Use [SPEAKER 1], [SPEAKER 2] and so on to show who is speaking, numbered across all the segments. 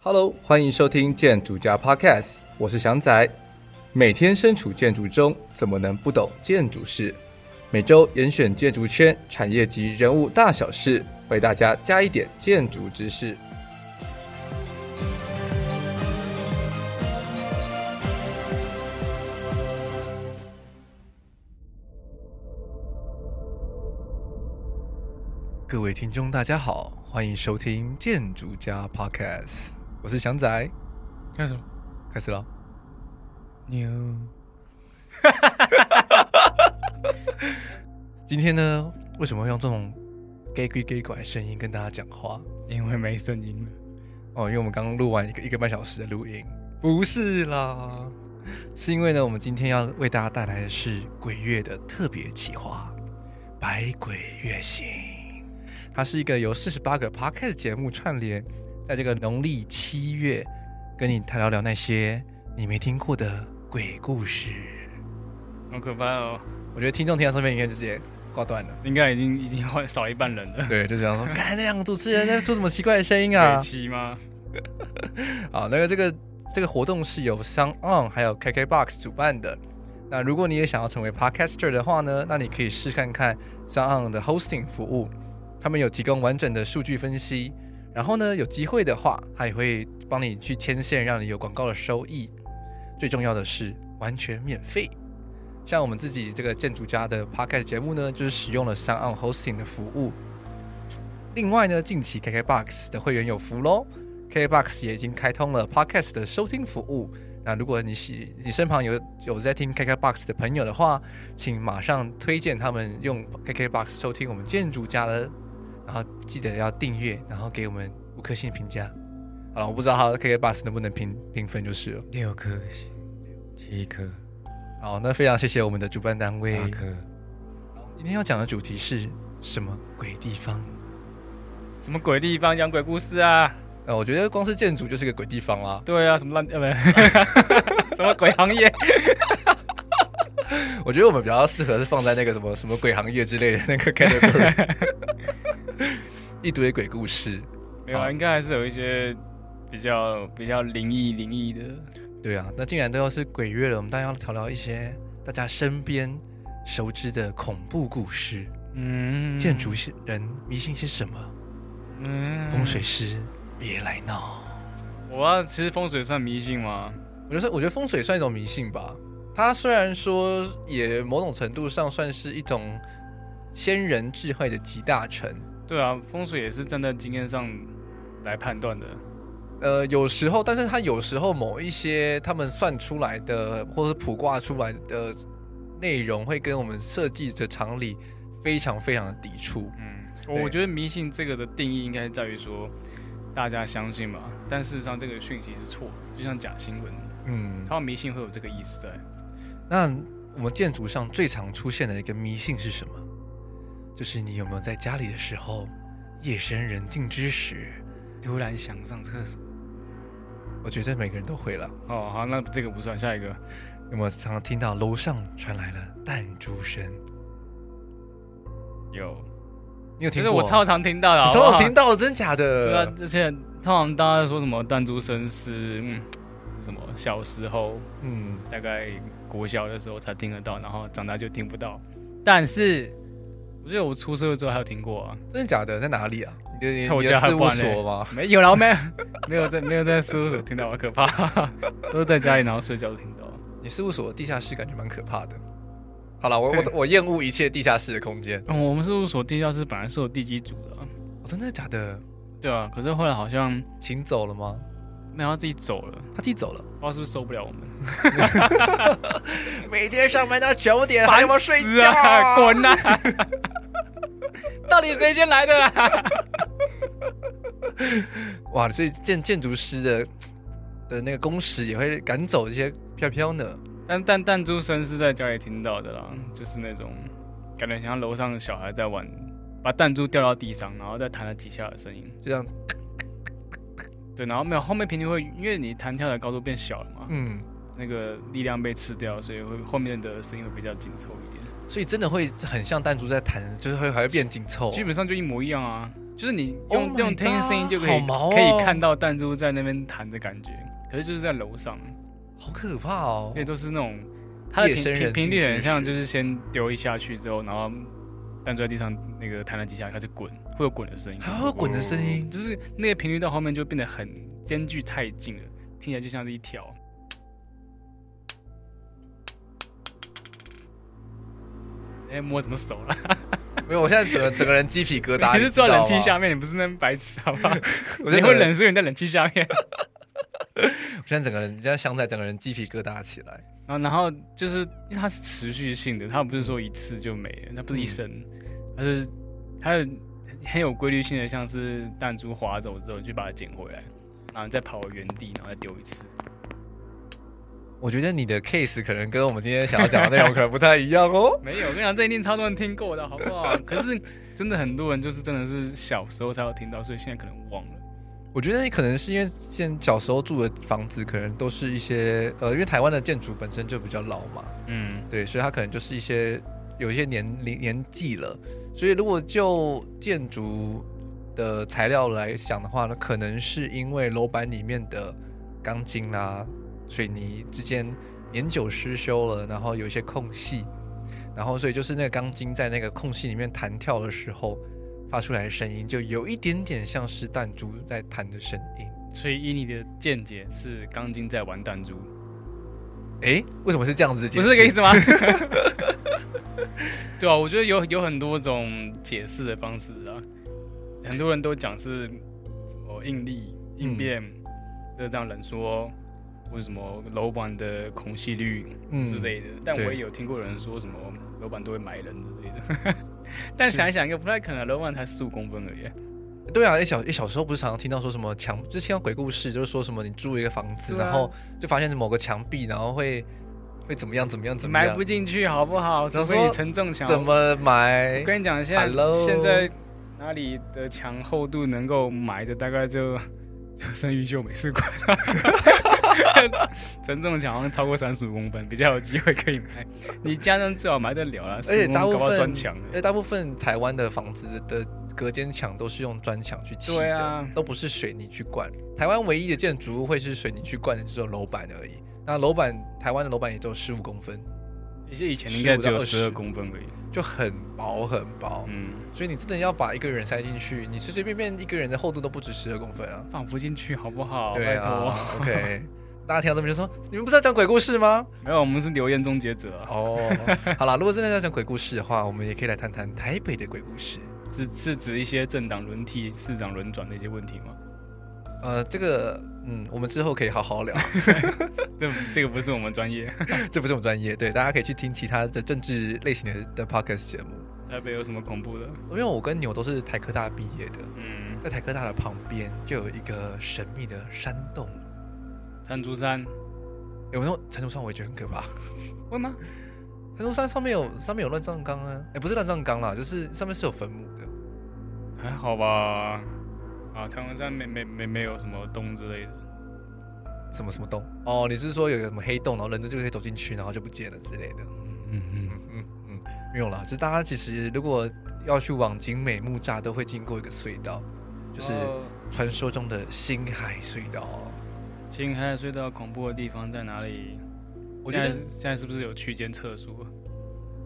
[SPEAKER 1] Hello，欢迎收听建筑家 Podcast，我是祥仔。每天身处建筑中，怎么能不懂建筑事？每周严选建筑圈产业及人物大小事，为大家加一点建筑知识。各位听众，大家好，欢迎收听《建筑家 Podcast》，我是祥仔，
[SPEAKER 2] 干什么？
[SPEAKER 1] 开始了。
[SPEAKER 2] 牛！
[SPEAKER 1] 今天呢，为什么会用这种 gay 鬼 gay 拐的声音跟大家讲话？
[SPEAKER 2] 因为没声音了。
[SPEAKER 1] 哦，因为我们刚刚录完一个一个半小时的录音，不是啦，是因为呢，我们今天要为大家带来的是鬼月的特别企划《百鬼月行》，它是一个由四十八个 podcast 节目串联，在这个农历七月，跟你谈聊聊那些你没听过的鬼故事。
[SPEAKER 2] 好可怕哦！
[SPEAKER 1] 我觉得听众听到这边应该就直接挂断了。
[SPEAKER 2] 应该已经已经换少了一半人了。
[SPEAKER 1] 对，就想 说，看这两个主持人在做什么奇怪的声音啊
[SPEAKER 2] 北！七吗？
[SPEAKER 1] 啊，那个这个这个活动是由 Sound On 还有 KKBox 主办的。那如果你也想要成为 Podcaster 的话呢，那你可以试看看 Sound On 的 Hosting 服务，他们有提供完整的数据分析。然后呢，有机会的话，他也会帮你去牵线，让你有广告的收益。最重要的是，完全免费。像我们自己这个建筑家的 Podcast 节目呢，就是使用了 Sound On Hosting 的服务。另外呢，近期 KKBox 的会员有福喽。KBox 也已经开通了 Podcast 的收听服务。那如果你喜你身旁有有在听 KKBox 的朋友的话，请马上推荐他们用 KKBox 收听我们建筑家的，然后记得要订阅，然后给我们五颗星评价。好了，我不知道它 KKBox 能不能评评分就是了。
[SPEAKER 3] 六颗星，七颗，
[SPEAKER 1] 好，那非常谢谢我们的主办单位。
[SPEAKER 3] 八颗，
[SPEAKER 1] 今天要讲的主题是什么鬼地方？
[SPEAKER 2] 什么鬼地方讲鬼故事啊？
[SPEAKER 1] 呃，我觉得光是建筑就是个鬼地方啦。
[SPEAKER 2] 对啊，什么烂呃 不，什么鬼行业？
[SPEAKER 1] 我觉得我们比较适合是放在那个什么什么鬼行业之类的 那个 category，一堆鬼故事。
[SPEAKER 2] 没有啊，应该还是有一些比较比较灵异灵异的。
[SPEAKER 1] 对啊，那既然都要是鬼月了，我们当然要聊聊一些大家身边熟知的恐怖故事。
[SPEAKER 2] 嗯，
[SPEAKER 1] 建筑人迷信些什么？
[SPEAKER 2] 嗯
[SPEAKER 1] 风水。师别来闹。
[SPEAKER 2] 我要其实风水算迷信吗？
[SPEAKER 1] 我觉得，我觉得风水算一种迷信吧。它虽然说也某种程度上算是一种先人智慧的集大成，
[SPEAKER 2] 对啊，风水也是站在经验上来判断的。
[SPEAKER 1] 呃，有时候，但是它有时候某一些他们算出来的，或是卜卦出来的内容，会跟我们设计的常理非常非常的抵触。
[SPEAKER 2] 嗯，
[SPEAKER 1] 对
[SPEAKER 2] 我我觉得迷信这个的定义应该在于说，大家相信嘛，但事实上这个讯息是错的，就像假新闻，
[SPEAKER 1] 嗯，
[SPEAKER 2] 他们迷信会有这个意思在。
[SPEAKER 1] 那我们建筑上最常出现的一个迷信是什么？就是你有没有在家里的时候，夜深人静之时，
[SPEAKER 2] 突然想上厕所，
[SPEAKER 1] 我觉得每个人都会了。
[SPEAKER 2] 哦，好，那这个不算，下一个
[SPEAKER 1] 有没有常常听到楼上传来了弹珠声？
[SPEAKER 2] 有，
[SPEAKER 1] 你有
[SPEAKER 2] 其
[SPEAKER 1] 听
[SPEAKER 2] 实
[SPEAKER 1] 过？
[SPEAKER 2] 我超常听到的，
[SPEAKER 1] 你
[SPEAKER 2] 好不
[SPEAKER 1] 超
[SPEAKER 2] 好
[SPEAKER 1] 有听呃到了，真假的？
[SPEAKER 2] 对啊，而且通常大家说什么弹珠声是嗯什么小时候
[SPEAKER 1] 嗯，
[SPEAKER 2] 大概国小的时候才听得到，然后长大就听不到，但是我记得我出社会之后还有听过啊。
[SPEAKER 1] 真的假的？在哪里啊？你的你
[SPEAKER 2] 臭
[SPEAKER 1] 你
[SPEAKER 2] 家
[SPEAKER 1] 的
[SPEAKER 2] 还
[SPEAKER 1] 事
[SPEAKER 2] 不
[SPEAKER 1] 务
[SPEAKER 2] 完嘞
[SPEAKER 1] 所吗？
[SPEAKER 2] 没有啦，我没 有没有在没有在事务所听到，好可怕， 都是在家里然后睡觉听到。
[SPEAKER 1] 你事务所的地下室感觉蛮可怕的。好了，我我我厌恶一切地下室的空间、
[SPEAKER 2] 嗯，我们事务所地下室本来是有地基组的啊，
[SPEAKER 1] 哦真的假的？
[SPEAKER 2] 对啊，可是后来好像
[SPEAKER 1] 请走了吗？
[SPEAKER 2] 没有他自己走了，
[SPEAKER 1] 他自己走了。
[SPEAKER 2] 不知道是不是受不了我们，
[SPEAKER 1] 每天上班到九点
[SPEAKER 2] 烦
[SPEAKER 1] 还要睡
[SPEAKER 2] 死
[SPEAKER 1] 觉，
[SPEAKER 2] 啊， 滚呐、啊！到底谁先来的啊啦？
[SPEAKER 1] 哇，所以建建筑师的的那个工时也会赶走这些飘飘呢。
[SPEAKER 2] 但但弹珠声是在家里听到的啦，就是那种感觉像楼上的小孩在玩，把弹珠掉到地上，然后再弹了几下的声音。
[SPEAKER 1] 就这样，
[SPEAKER 2] 对，然后没有后面频率会，因为你弹跳的高度变小了嘛，
[SPEAKER 1] 嗯，
[SPEAKER 2] 那个力量被吃掉，所以会后面的声音会比较紧凑一点。
[SPEAKER 1] 所以真的会很像弹珠在弹，就是会还会变紧凑。
[SPEAKER 2] 基本上就一模一样啊。就是你
[SPEAKER 1] 哦 Oh
[SPEAKER 2] 用
[SPEAKER 1] my
[SPEAKER 2] 用听声音就可以、
[SPEAKER 1] God，好毛哦
[SPEAKER 2] 可以看到弹珠在那边弹的感觉，可是就是在楼上，
[SPEAKER 1] 好可怕哦
[SPEAKER 2] 因！为都是那种它的
[SPEAKER 1] 夜
[SPEAKER 2] 频
[SPEAKER 1] 深人
[SPEAKER 2] 频频
[SPEAKER 1] 静
[SPEAKER 2] 率
[SPEAKER 1] 之
[SPEAKER 2] 很像，
[SPEAKER 1] 时
[SPEAKER 2] 就是先丢一下去之后，然后弹珠在地上那个弹了几下开始滚，会有滚的声音，
[SPEAKER 1] 还有滚的声音，
[SPEAKER 2] 就是那个频率到后面就变得很间距太近了，听起来就像是一条。哎，摸怎么手了？
[SPEAKER 1] 没有，我现在整个整个人鸡皮疙瘩。
[SPEAKER 2] 你是
[SPEAKER 1] 知道吗
[SPEAKER 2] 坐冷气下，面，你不是那么白痴好不好？
[SPEAKER 1] 我
[SPEAKER 2] 你
[SPEAKER 1] 现在整
[SPEAKER 2] 会
[SPEAKER 1] 个人
[SPEAKER 2] 冷，是因为你在冷气下面。
[SPEAKER 1] 我现在整个人，你这样想起来，整个人鸡皮疙瘩起来。
[SPEAKER 2] 然后，然后就是因为它是持续性的，它不是说一次就没了，它不是
[SPEAKER 1] 嗯
[SPEAKER 2] 一生，它是它是很有规律性的，像是弹珠滑走之后就把它捡回来，然后再跑回原地，然后再丢一次。
[SPEAKER 1] 我觉得你的 case 可能跟我们今天想要讲的内容可能不太一样哦。
[SPEAKER 2] 没有，我跟你讲，这一定超多人听过的，好不 好？可是真的很多人就是真的是小时候才有听到，所以现在可能忘了。
[SPEAKER 1] 我觉得你可能是因为现小时候住的房子，可能都是一些呃，因为台湾的建筑本身就比较老嘛，
[SPEAKER 2] 嗯，
[SPEAKER 1] 对，所以它可能就是一些有一些年龄年纪了，所以如果就建筑的材料来想的话呢，可能是因为楼板里面的钢筋啦、水泥之间年久失修了，然后有一些空隙，然后所以就是那个钢筋在那个空隙里面弹跳的时候发出来的声音，就有一点点像是弹珠在弹的声音。
[SPEAKER 2] 所以以你的见解是钢筋在玩弹珠，
[SPEAKER 1] 诶，为什么是这样子解
[SPEAKER 2] 不
[SPEAKER 1] 释？
[SPEAKER 2] 是这个意思吗？ 对啊，我觉得有有很多种解释的方式啊，很多人都讲是什么应力、应变的这样冷缩，或者什么楼板的空隙率
[SPEAKER 1] 嗯
[SPEAKER 2] 之类的。但我
[SPEAKER 1] 对
[SPEAKER 2] 也有听过有人说什么楼板都会埋人之类的， 但想一想，应该不太可能，楼板才十五公分而已，
[SPEAKER 1] 对啊，诶小诶小时候不是常常听到说什么墙，就是听到鬼故事，就是说什么你住一个房子，
[SPEAKER 2] 对啊
[SPEAKER 1] 然后就发现某个墙壁，然后会会怎么样怎么样怎么
[SPEAKER 2] 埋
[SPEAKER 1] 样
[SPEAKER 2] 不，进去好不好？
[SPEAKER 1] 想
[SPEAKER 2] 除
[SPEAKER 1] 说
[SPEAKER 2] 非你承重墙，
[SPEAKER 1] 怎么埋
[SPEAKER 2] 我？跟你讲，现在
[SPEAKER 1] Hello
[SPEAKER 2] 现在哪里的墙厚度能够埋的，大概就 就剩余秀美术馆了。 承重墙好像超过三十五公分，比较有机会可以埋。你家人至少埋得了啦，而
[SPEAKER 1] 而且大部分
[SPEAKER 2] 砖墙了
[SPEAKER 1] 而且大部分台湾的房子的隔间墙都是用砖墙去砌
[SPEAKER 2] 对
[SPEAKER 1] 的，
[SPEAKER 2] 啊
[SPEAKER 1] 都不是水泥去灌。台湾唯一的建筑物会是水泥去灌的只有楼板而已。那楼板，台湾的楼板也只有十五公分，
[SPEAKER 2] 一些以前应该只有十
[SPEAKER 1] 15到
[SPEAKER 2] 二
[SPEAKER 1] 20
[SPEAKER 2] 公分而已。
[SPEAKER 1] 就很薄很薄。
[SPEAKER 2] 嗯，
[SPEAKER 1] 所以你真的要把一个人塞进去，你随随便便一个人的厚度都不止十二公分啊。
[SPEAKER 2] 放不进去好不好？
[SPEAKER 1] 对
[SPEAKER 2] 拜托。
[SPEAKER 1] 啊，OK。大家听到这边就说：“你们不是要讲鬼故事吗
[SPEAKER 2] 没有，我们是留言终结者？”啊，
[SPEAKER 1] 哦， 好啦，如果真的要讲鬼故事的话，我们也可以来谈谈台北的鬼故事。
[SPEAKER 2] 是是指一些政党轮替、市长轮转的一些问题吗？
[SPEAKER 1] 呃，这个，嗯，我们之后可以好好聊，
[SPEAKER 2] 这这个不是我们专业。
[SPEAKER 1] 这不是我们专业，对，大家可以去听其他的政治类型的的 podcast 节目。
[SPEAKER 2] 台北有什么恐怖的？
[SPEAKER 1] 因为我跟牛都是台科大毕业的，
[SPEAKER 2] 嗯，
[SPEAKER 1] 在台科大的旁边就有一个神秘的山洞。
[SPEAKER 2] 山竹山
[SPEAKER 1] 有没有陈竹山？我也觉得很可怕。
[SPEAKER 2] 会吗？
[SPEAKER 1] 陈竹山上面有上面有乱葬岗啊，哎、不是乱葬岗啦，就是上面是有坟墓的。
[SPEAKER 2] 还好吧，啊，太阳山没没没没有什么洞之类的，
[SPEAKER 1] 什么什么洞？哦，你是说有个什么黑洞，然后人就可以走进去，然后就不见了之类的？
[SPEAKER 2] 嗯嗯，
[SPEAKER 1] 嗯嗯嗯，没有啦，就是大家其实如果要去往景美木栅，都会经过一个隧道，就是
[SPEAKER 2] 呃哦
[SPEAKER 1] 传说中的星海隧道。
[SPEAKER 2] 青海隧道恐怖的地方在哪里？
[SPEAKER 1] 我觉得
[SPEAKER 2] 现在现在是不是有区间测速啊？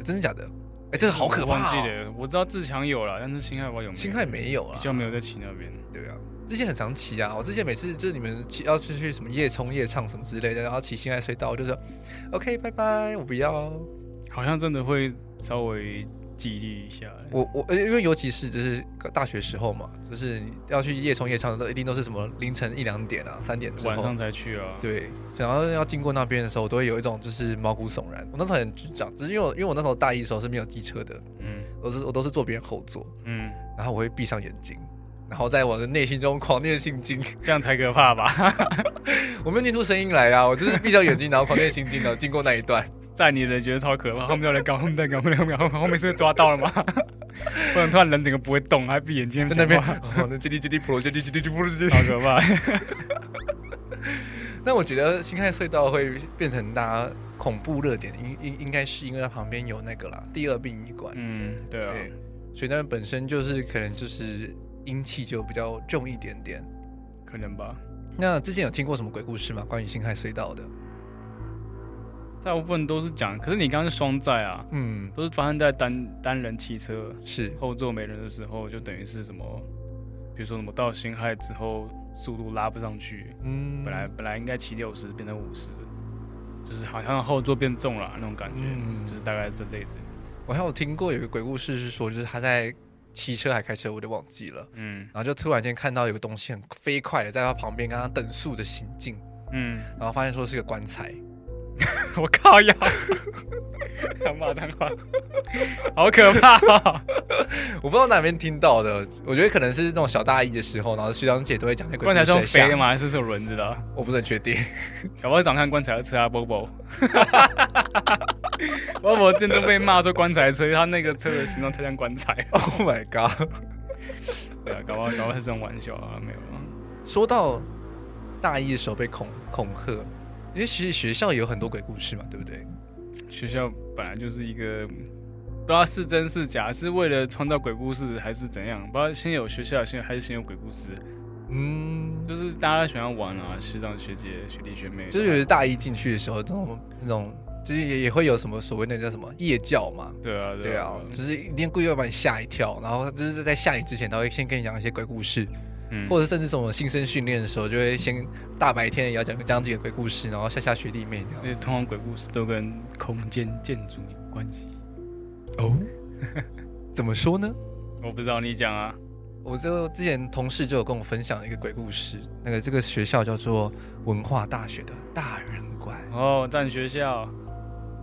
[SPEAKER 1] 真的假的？哎、这个好可怕、
[SPEAKER 2] 嗯我忘记
[SPEAKER 1] 哦！
[SPEAKER 2] 了，我知道自强有了，但是青海我有没有？
[SPEAKER 1] 星海没有啊
[SPEAKER 2] 比
[SPEAKER 1] 啦，
[SPEAKER 2] 较没有在骑那边。
[SPEAKER 1] 对啊。之前很常骑啊，我之前每次就是你们骑要去去什么夜冲夜唱什么之类的，然后骑星海隧道，我就说 OK 拜拜，我不要。
[SPEAKER 2] 好像真的会稍微激励一下。
[SPEAKER 1] 我我呃因为尤其是就是大学时候嘛，就是你要去夜冲夜唱的，都一定都是什么凌晨一两点啊、三点之后，
[SPEAKER 2] 晚上才去啊，，
[SPEAKER 1] 对，想要要经过那边的时候，我都会有一种就是毛骨悚然。我那时候很智障，就是因为我因为我那时候大一的时候是没有机车的，
[SPEAKER 2] 嗯
[SPEAKER 1] 我是我都是坐别人后座，
[SPEAKER 2] 嗯，
[SPEAKER 1] 然后我会闭上眼睛，然后在我的内心中狂念心经。
[SPEAKER 2] 这样才可怕吧？
[SPEAKER 1] 我没有念出声音来啊，我就是闭上眼睛，然后狂念心经，然后经过那一段。
[SPEAKER 2] 在你的觉得超可怕，后面有人搞，后面在搞，后面在搞，后面是被抓到了吗？ 不然突然人整个不会动，还闭眼睛
[SPEAKER 1] 在那边，
[SPEAKER 2] 讲话
[SPEAKER 1] 哦，那叽滴叽滴普罗，叽滴叽滴叽普罗叽滴
[SPEAKER 2] 好。可怕。
[SPEAKER 1] 那我觉得新开隧道会变成大家恐怖热点，应应应该是因为它旁边有那个啦，第二殡仪馆，
[SPEAKER 2] 嗯，对啊，
[SPEAKER 1] 对，所以那边本身就是可能就是阴气就比较重一点点。
[SPEAKER 2] 可能吧。
[SPEAKER 1] 那之前有听过什么鬼故事吗？关于辛亥隧道的？
[SPEAKER 2] 大部分都是讲，可是你刚刚是双载啊，
[SPEAKER 1] 嗯，
[SPEAKER 2] 都是发生在单单人汽车
[SPEAKER 1] 是
[SPEAKER 2] 后座没人的时候，就等于是什么，比如说什么到辛亥之后速度拉不上去，
[SPEAKER 1] 嗯，
[SPEAKER 2] 本来本来应该骑六十变成五十，就是好像后座变重了那种感觉，
[SPEAKER 1] 嗯
[SPEAKER 2] 就是大概这类的。
[SPEAKER 1] 我还有听过有一个鬼故事是说，就是他在骑车还开车，我有点忘记了，
[SPEAKER 2] 嗯
[SPEAKER 1] 然后就突然间看到有个东西很飞快的在他旁边跟他等速的行进，
[SPEAKER 2] 嗯，
[SPEAKER 1] 然后发现说是个棺材，
[SPEAKER 2] 我靠呀！他骂脏话，好可怕、哦！
[SPEAKER 1] 我不知道哪边听到的，我觉得可能是那种小大一的时候，然后学长姐都会讲那鬼
[SPEAKER 2] 棺材
[SPEAKER 1] 故事的
[SPEAKER 2] 是用
[SPEAKER 1] 下
[SPEAKER 2] 肥的吗？还是是有轮子的啊？
[SPEAKER 1] 我不是很确定。
[SPEAKER 2] 搞不好长看棺材要吃啊，Bobo。Bobo 真的被骂说棺材车，因为他那个车的形状太像棺材了。
[SPEAKER 1] Oh my god！
[SPEAKER 2] 对啊，搞不好搞不好是这种玩笑啊，没有啊。
[SPEAKER 1] 说到大一的时候被恐恐吓，因为其实学校有很多鬼故事嘛，对不对？
[SPEAKER 2] 学校本来就是一个不知道是真是假，是为了创造鬼故事还是怎样？不知道先有学校，先还是先有鬼故事，
[SPEAKER 1] 嗯，
[SPEAKER 2] 就是大家喜欢玩啊，学长学姐、学弟学妹，
[SPEAKER 1] 就是有时大一进去的时候，这种那种就是也也会有什么所谓那叫什么夜教嘛，
[SPEAKER 2] 对啊，
[SPEAKER 1] 对啊，就是一定故意要把你吓一跳，然后就是在吓你之前，他会先跟你讲一些鬼故事，
[SPEAKER 2] 嗯，
[SPEAKER 1] 或者甚至什么新生训练的时候，就会先大白天也要讲讲几个鬼故事，然后吓吓学弟妹
[SPEAKER 2] 因
[SPEAKER 1] 这
[SPEAKER 2] 为
[SPEAKER 1] 样。
[SPEAKER 2] 通常鬼故事都跟空间建筑有关系。
[SPEAKER 1] 哦， 怎么说呢？
[SPEAKER 2] 我不知道你讲啊，
[SPEAKER 1] 我就之前同事就有跟我分享一个鬼故事，那个这个学校叫做文化大学的大人馆，
[SPEAKER 2] 哦，占学校，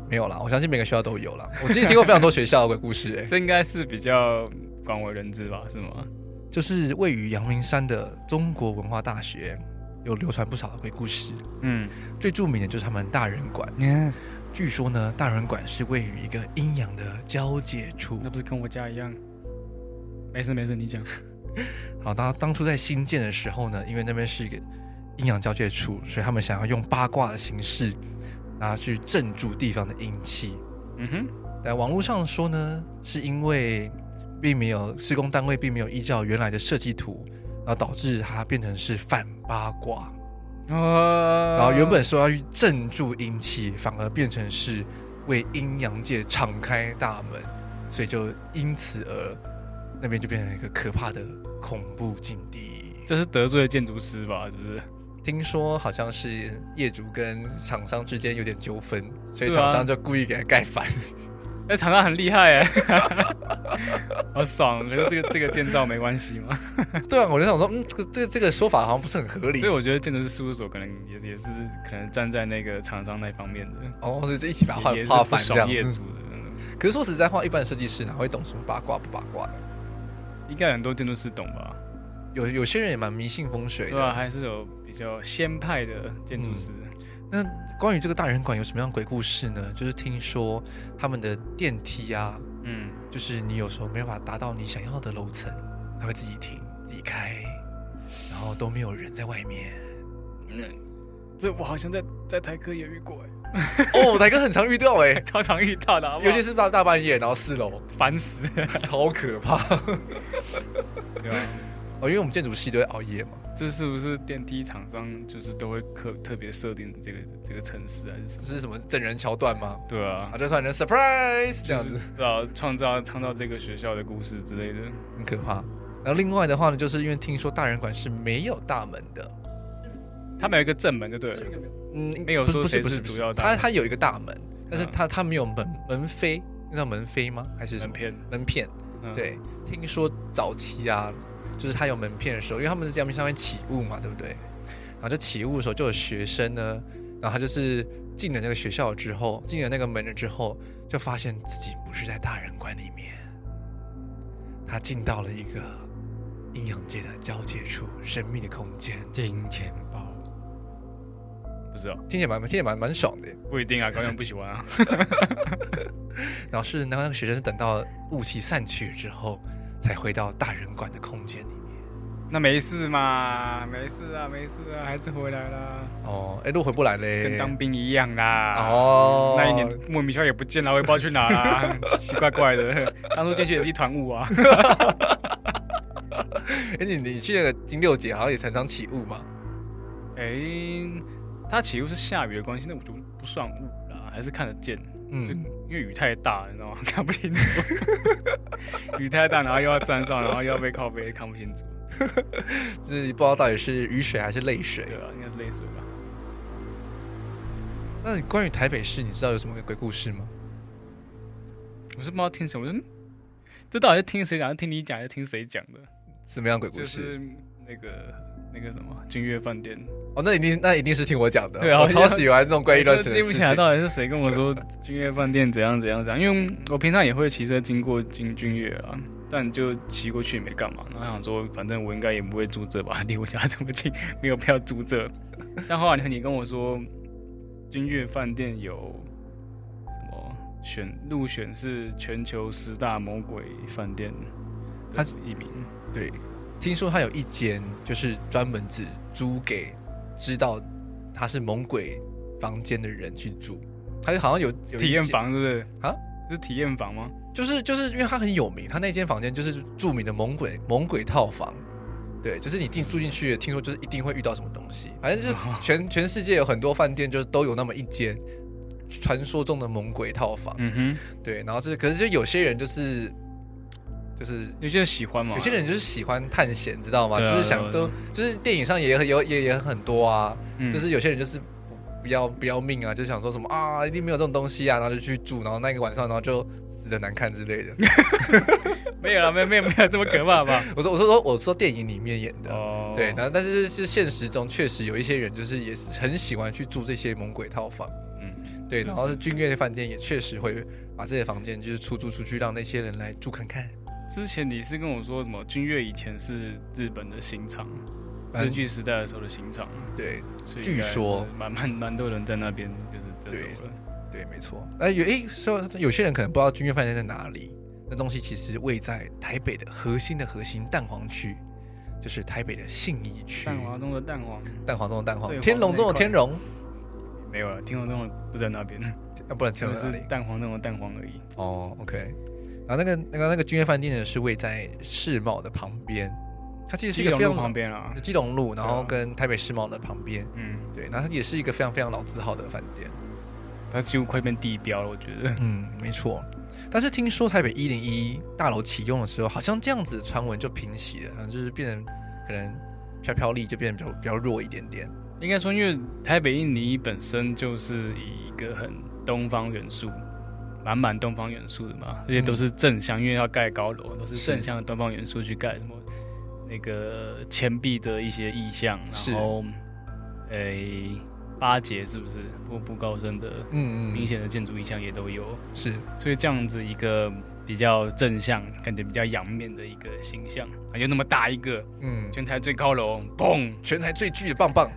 [SPEAKER 1] 没有啦，我相信每个学校都有 啦。我自己听过非常多学校的鬼故事、欸，
[SPEAKER 2] 这应该是比较广为人知吧？是吗？
[SPEAKER 1] 就是位于阳明山的中国文化大学，有流传不少的鬼故事。
[SPEAKER 2] 嗯，
[SPEAKER 1] 最著名的就是他们大人馆，据说呢，大人馆是位于一个阴阳的交界处
[SPEAKER 2] 那。不是跟我家一样？没事没事，你讲。
[SPEAKER 1] 好，当当初在新建的时候呢，因为那边是一个阴阳交界处，所以他们想要用八卦的形式，然后去镇住地方的阴气。
[SPEAKER 2] 嗯哼，
[SPEAKER 1] 但网络上说呢，是因为并没有施工单位并没有依照原来的设计图，然后导致它变成是反八卦。
[SPEAKER 2] 哦
[SPEAKER 1] 然后原本说要去镇住阴气，反而变成是为阴阳界敞开大门，所以就因此而那边就变成一个可怕的恐怖禁地。
[SPEAKER 2] 这是得罪了建筑师吧？是不是？
[SPEAKER 1] 听说好像是业主跟厂商之间有点纠纷，所以
[SPEAKER 2] 对啊
[SPEAKER 1] 厂商就故意给他盖反。
[SPEAKER 2] 那厂商很厉害哎， 好爽！可是这个这个建造没关系嘛，
[SPEAKER 1] 对啊，我就想说，嗯，这个这个这个说法好像不是很合理
[SPEAKER 2] 所以。我觉得建筑师事务所可能也也是可能站在那个厂商那方面的，
[SPEAKER 1] 哦，所以就一起把它画
[SPEAKER 2] 也也是
[SPEAKER 1] 画
[SPEAKER 2] 不
[SPEAKER 1] 反这样
[SPEAKER 2] 爽业
[SPEAKER 1] 嗯
[SPEAKER 2] 主的。嗯
[SPEAKER 1] 可是说实在话，一般的设计师哪会懂什么八卦不八卦的？
[SPEAKER 2] 应该很多建筑师懂吧？
[SPEAKER 1] 有有些人也蛮迷信风水
[SPEAKER 2] 对
[SPEAKER 1] 的。
[SPEAKER 2] 吧、还是有比较先派的建筑师。
[SPEAKER 1] 那关于这个大人馆有什么样的鬼故事呢？就是听说他们的电梯啊，
[SPEAKER 2] 嗯，
[SPEAKER 1] 就是你有时候没办法达到你想要的楼层，它会自己停、自己开，然后都没有人在外面。
[SPEAKER 2] 这我好像在在台科也遇过
[SPEAKER 1] 哦，台哥很常遇到哎、
[SPEAKER 2] 哎，超 常遇到的好不好，
[SPEAKER 1] 尤其是大大半夜，然后四楼
[SPEAKER 2] 烦死。
[SPEAKER 1] 超可怕。
[SPEAKER 2] 对啊，
[SPEAKER 1] 哦，因为我们建筑系都会熬夜嘛，
[SPEAKER 2] 这是不是电梯厂商就是都会特特别设定这个这个城市还是什
[SPEAKER 1] 这
[SPEAKER 2] 么？
[SPEAKER 1] 是什么整人桥段吗？
[SPEAKER 2] 对啊
[SPEAKER 1] 啊，，就突然间 surprise 这样子，
[SPEAKER 2] 对啊，创造创造这个学校的故事之类的。
[SPEAKER 1] 很可怕。然后另外的话呢，就是因为听说大人馆是没有大门的，
[SPEAKER 2] 他们有一个正门就对了，
[SPEAKER 1] 嗯，
[SPEAKER 2] 没有
[SPEAKER 1] 不
[SPEAKER 2] 说
[SPEAKER 1] 不是
[SPEAKER 2] 谁
[SPEAKER 1] 不
[SPEAKER 2] 是
[SPEAKER 1] 是不
[SPEAKER 2] 主
[SPEAKER 1] 是
[SPEAKER 2] 要大
[SPEAKER 1] 它
[SPEAKER 2] 门
[SPEAKER 1] 它有一个大门，但是
[SPEAKER 2] 嗯
[SPEAKER 1] 它它没有门门扉，那叫门扉吗？还是什
[SPEAKER 2] 门
[SPEAKER 1] 么
[SPEAKER 2] 片。
[SPEAKER 1] 门片？
[SPEAKER 2] 嗯，
[SPEAKER 1] 对，听说早期啊，就是它有门片的时候，因为他们在阳明山上面起雾嘛，对不对？然后就起雾的时候，就有学生呢，然后他就是进了那个学校之后，进了那个门了之后，就发现自己不是在大人馆里面，他进到了一个阴阳界的交界处，神秘的空间，
[SPEAKER 3] 金钱豹，
[SPEAKER 2] 不知道，
[SPEAKER 1] 听起来蛮听起来蛮蛮爽的耶。
[SPEAKER 2] 不一定啊，高阳不喜欢啊。
[SPEAKER 1] 然后是那个学生等到雾气散去之后，才回到大人馆的空间里面。
[SPEAKER 2] 那没事嘛，没事啊，没事啊，还是回来啦，
[SPEAKER 1] 哦，哎，如果回不来嘞，
[SPEAKER 2] 跟当兵一样啦。
[SPEAKER 1] 哦，
[SPEAKER 2] 啊那一年莫名其妙也不见了，我也不知道去哪 啦，奇奇怪怪的。当初进去也是一团雾啊。
[SPEAKER 1] 哎，你你去那个金六姐好像也常常起雾嘛？
[SPEAKER 2] 哎、它起雾是下雨的关系，那我就不算雾啦，还是看得见。是
[SPEAKER 1] 嗯，
[SPEAKER 2] 因为雨太大了，你知道吗？ 看不清楚。雨太大，然后又要站上，然后又要被靠背，看不清楚。
[SPEAKER 1] 就是不知道到底是雨水还是泪水
[SPEAKER 2] 对。啊，应该是类似吧。
[SPEAKER 1] 那你关于台北市，你知道有什么鬼故事吗？
[SPEAKER 2] 我是不知道听什么，我就嗯这到底是听谁讲？是听你讲，还是听谁讲的？
[SPEAKER 1] 怎么样鬼故
[SPEAKER 2] 就
[SPEAKER 1] 事？
[SPEAKER 2] 是那个那个什么君悦饭店，
[SPEAKER 1] 哦，那一定那一定是听我讲的。
[SPEAKER 2] 对啊
[SPEAKER 1] 我超喜欢这种关于
[SPEAKER 2] 我
[SPEAKER 1] 乱
[SPEAKER 2] 真
[SPEAKER 1] 神的
[SPEAKER 2] 的哎记
[SPEAKER 1] 事
[SPEAKER 2] 不
[SPEAKER 1] 情
[SPEAKER 2] 起。来到底是谁跟我说君悦饭店怎样怎样怎样，因为我平常也会骑车经过君君悦啊，但就骑过去也没干嘛。然后想说，反正我应该也不会住这吧， 离我家这么近，没有必要住这。但后来你跟我说，君悦饭店有什么选入选是全球十大魔鬼饭店
[SPEAKER 1] 它
[SPEAKER 2] 的一名，
[SPEAKER 1] 对，听说他有一间就是专门只租给知道他是猛鬼房间的人去住，他就好像有有一
[SPEAKER 2] 体验
[SPEAKER 1] 间
[SPEAKER 2] 房是不是？
[SPEAKER 1] 啊，
[SPEAKER 2] 是体验房吗？
[SPEAKER 1] 就是就是因为它很有名，它那间房间就是著名的猛鬼猛鬼套房。对，就是你进住进去，听说就是一定会遇到什么东西，反正就是 全全世界有很多饭店，就是都有那么一间传说中的猛鬼套房。
[SPEAKER 2] 嗯哼，
[SPEAKER 1] 对，然后就是，可是就有些人就是就是
[SPEAKER 2] 有些人喜欢嘛，
[SPEAKER 1] 有些人就是喜欢探险，知道吗？就
[SPEAKER 2] 对啊
[SPEAKER 1] 是想
[SPEAKER 2] 对啊
[SPEAKER 1] 都就是电影上也有也也很多啊，
[SPEAKER 2] 嗯
[SPEAKER 1] 就是有些人就是不不要不要命啊，就想说什么啊，一定没有这种东西啊，然后就去住，然后那个晚上然后就死的难看之类的。
[SPEAKER 2] 没有了，没有没有没有这么可怕吧？
[SPEAKER 1] 我说我说说我说电影里面演的，
[SPEAKER 2] 哦
[SPEAKER 1] 对，然后但是是现实中确实有一些人就是也是很喜欢去住这些猛鬼套房，
[SPEAKER 2] 嗯，
[SPEAKER 1] 对，
[SPEAKER 2] 是
[SPEAKER 1] 然后是君悦饭店也确实会把这些房间就是出租出去，让那些人来住看看。
[SPEAKER 2] 之前你是跟我说什么？君悦以前是日本的刑场，
[SPEAKER 1] 反
[SPEAKER 2] 日
[SPEAKER 1] 正
[SPEAKER 2] 据时代的时候的刑场，
[SPEAKER 1] 对
[SPEAKER 2] 所以
[SPEAKER 1] 嗯据
[SPEAKER 2] 应该是
[SPEAKER 1] 说
[SPEAKER 2] 蛮蛮蛮多人在那边就是
[SPEAKER 1] 对
[SPEAKER 2] 就走了。
[SPEAKER 1] 对，没错。哎、有哎，说有些人可能不知道君悦饭店在哪里，那东西其实位在台北的核心的核心蛋黄区，就是台北的信义区，
[SPEAKER 2] 蛋黄中的蛋黄
[SPEAKER 1] 蛋黄中的蛋黄
[SPEAKER 2] 对，
[SPEAKER 1] 天龙中的
[SPEAKER 2] 黄那一块
[SPEAKER 1] 天龙，
[SPEAKER 2] 没有了，天皇洞不在 那边，
[SPEAKER 1] 啊，不然天
[SPEAKER 2] 就
[SPEAKER 1] 龙在哪
[SPEAKER 2] 是
[SPEAKER 1] 里？
[SPEAKER 2] 蛋黄中的蛋黄而已。
[SPEAKER 1] 哦，OK。然后那个那个那个君悦饭店呢，是位在世贸的旁边，它其实是一
[SPEAKER 2] 基
[SPEAKER 1] 个
[SPEAKER 2] 隆
[SPEAKER 1] 非
[SPEAKER 2] 路
[SPEAKER 1] 常
[SPEAKER 2] 旁边啊，
[SPEAKER 1] 基隆路，然
[SPEAKER 2] 对
[SPEAKER 1] 后
[SPEAKER 2] 啊
[SPEAKER 1] 跟台北世贸的旁边，
[SPEAKER 2] 嗯，
[SPEAKER 1] 对，然后它也是一个非常非常老字号的饭店。
[SPEAKER 2] 它几乎快变地标了，我觉得。
[SPEAKER 1] 嗯，没错。但是听说台北一零一大楼启用的时候，好像这样子传闻就平息了，然后就是变成可能飘飘力就变得比较比较弱一点点。
[SPEAKER 2] 应该说，因为台北印尼本身就是以一个很东方元素，满满东方元素的嘛，而且都是正向，因为要盖高楼，都是正向的东方元素去盖什么那个钱币的一些意象，
[SPEAKER 1] 是
[SPEAKER 2] 然后诶、八节是不是步步高升的
[SPEAKER 1] 嗯
[SPEAKER 2] 明显的建筑意象也都有，
[SPEAKER 1] 是
[SPEAKER 2] 所以这样子一个比较正向，感觉比较阳面的一个形象，啊，又那么大一个，
[SPEAKER 1] 嗯，
[SPEAKER 2] 全台最高楼，嘣，
[SPEAKER 1] 全台最巨的棒棒，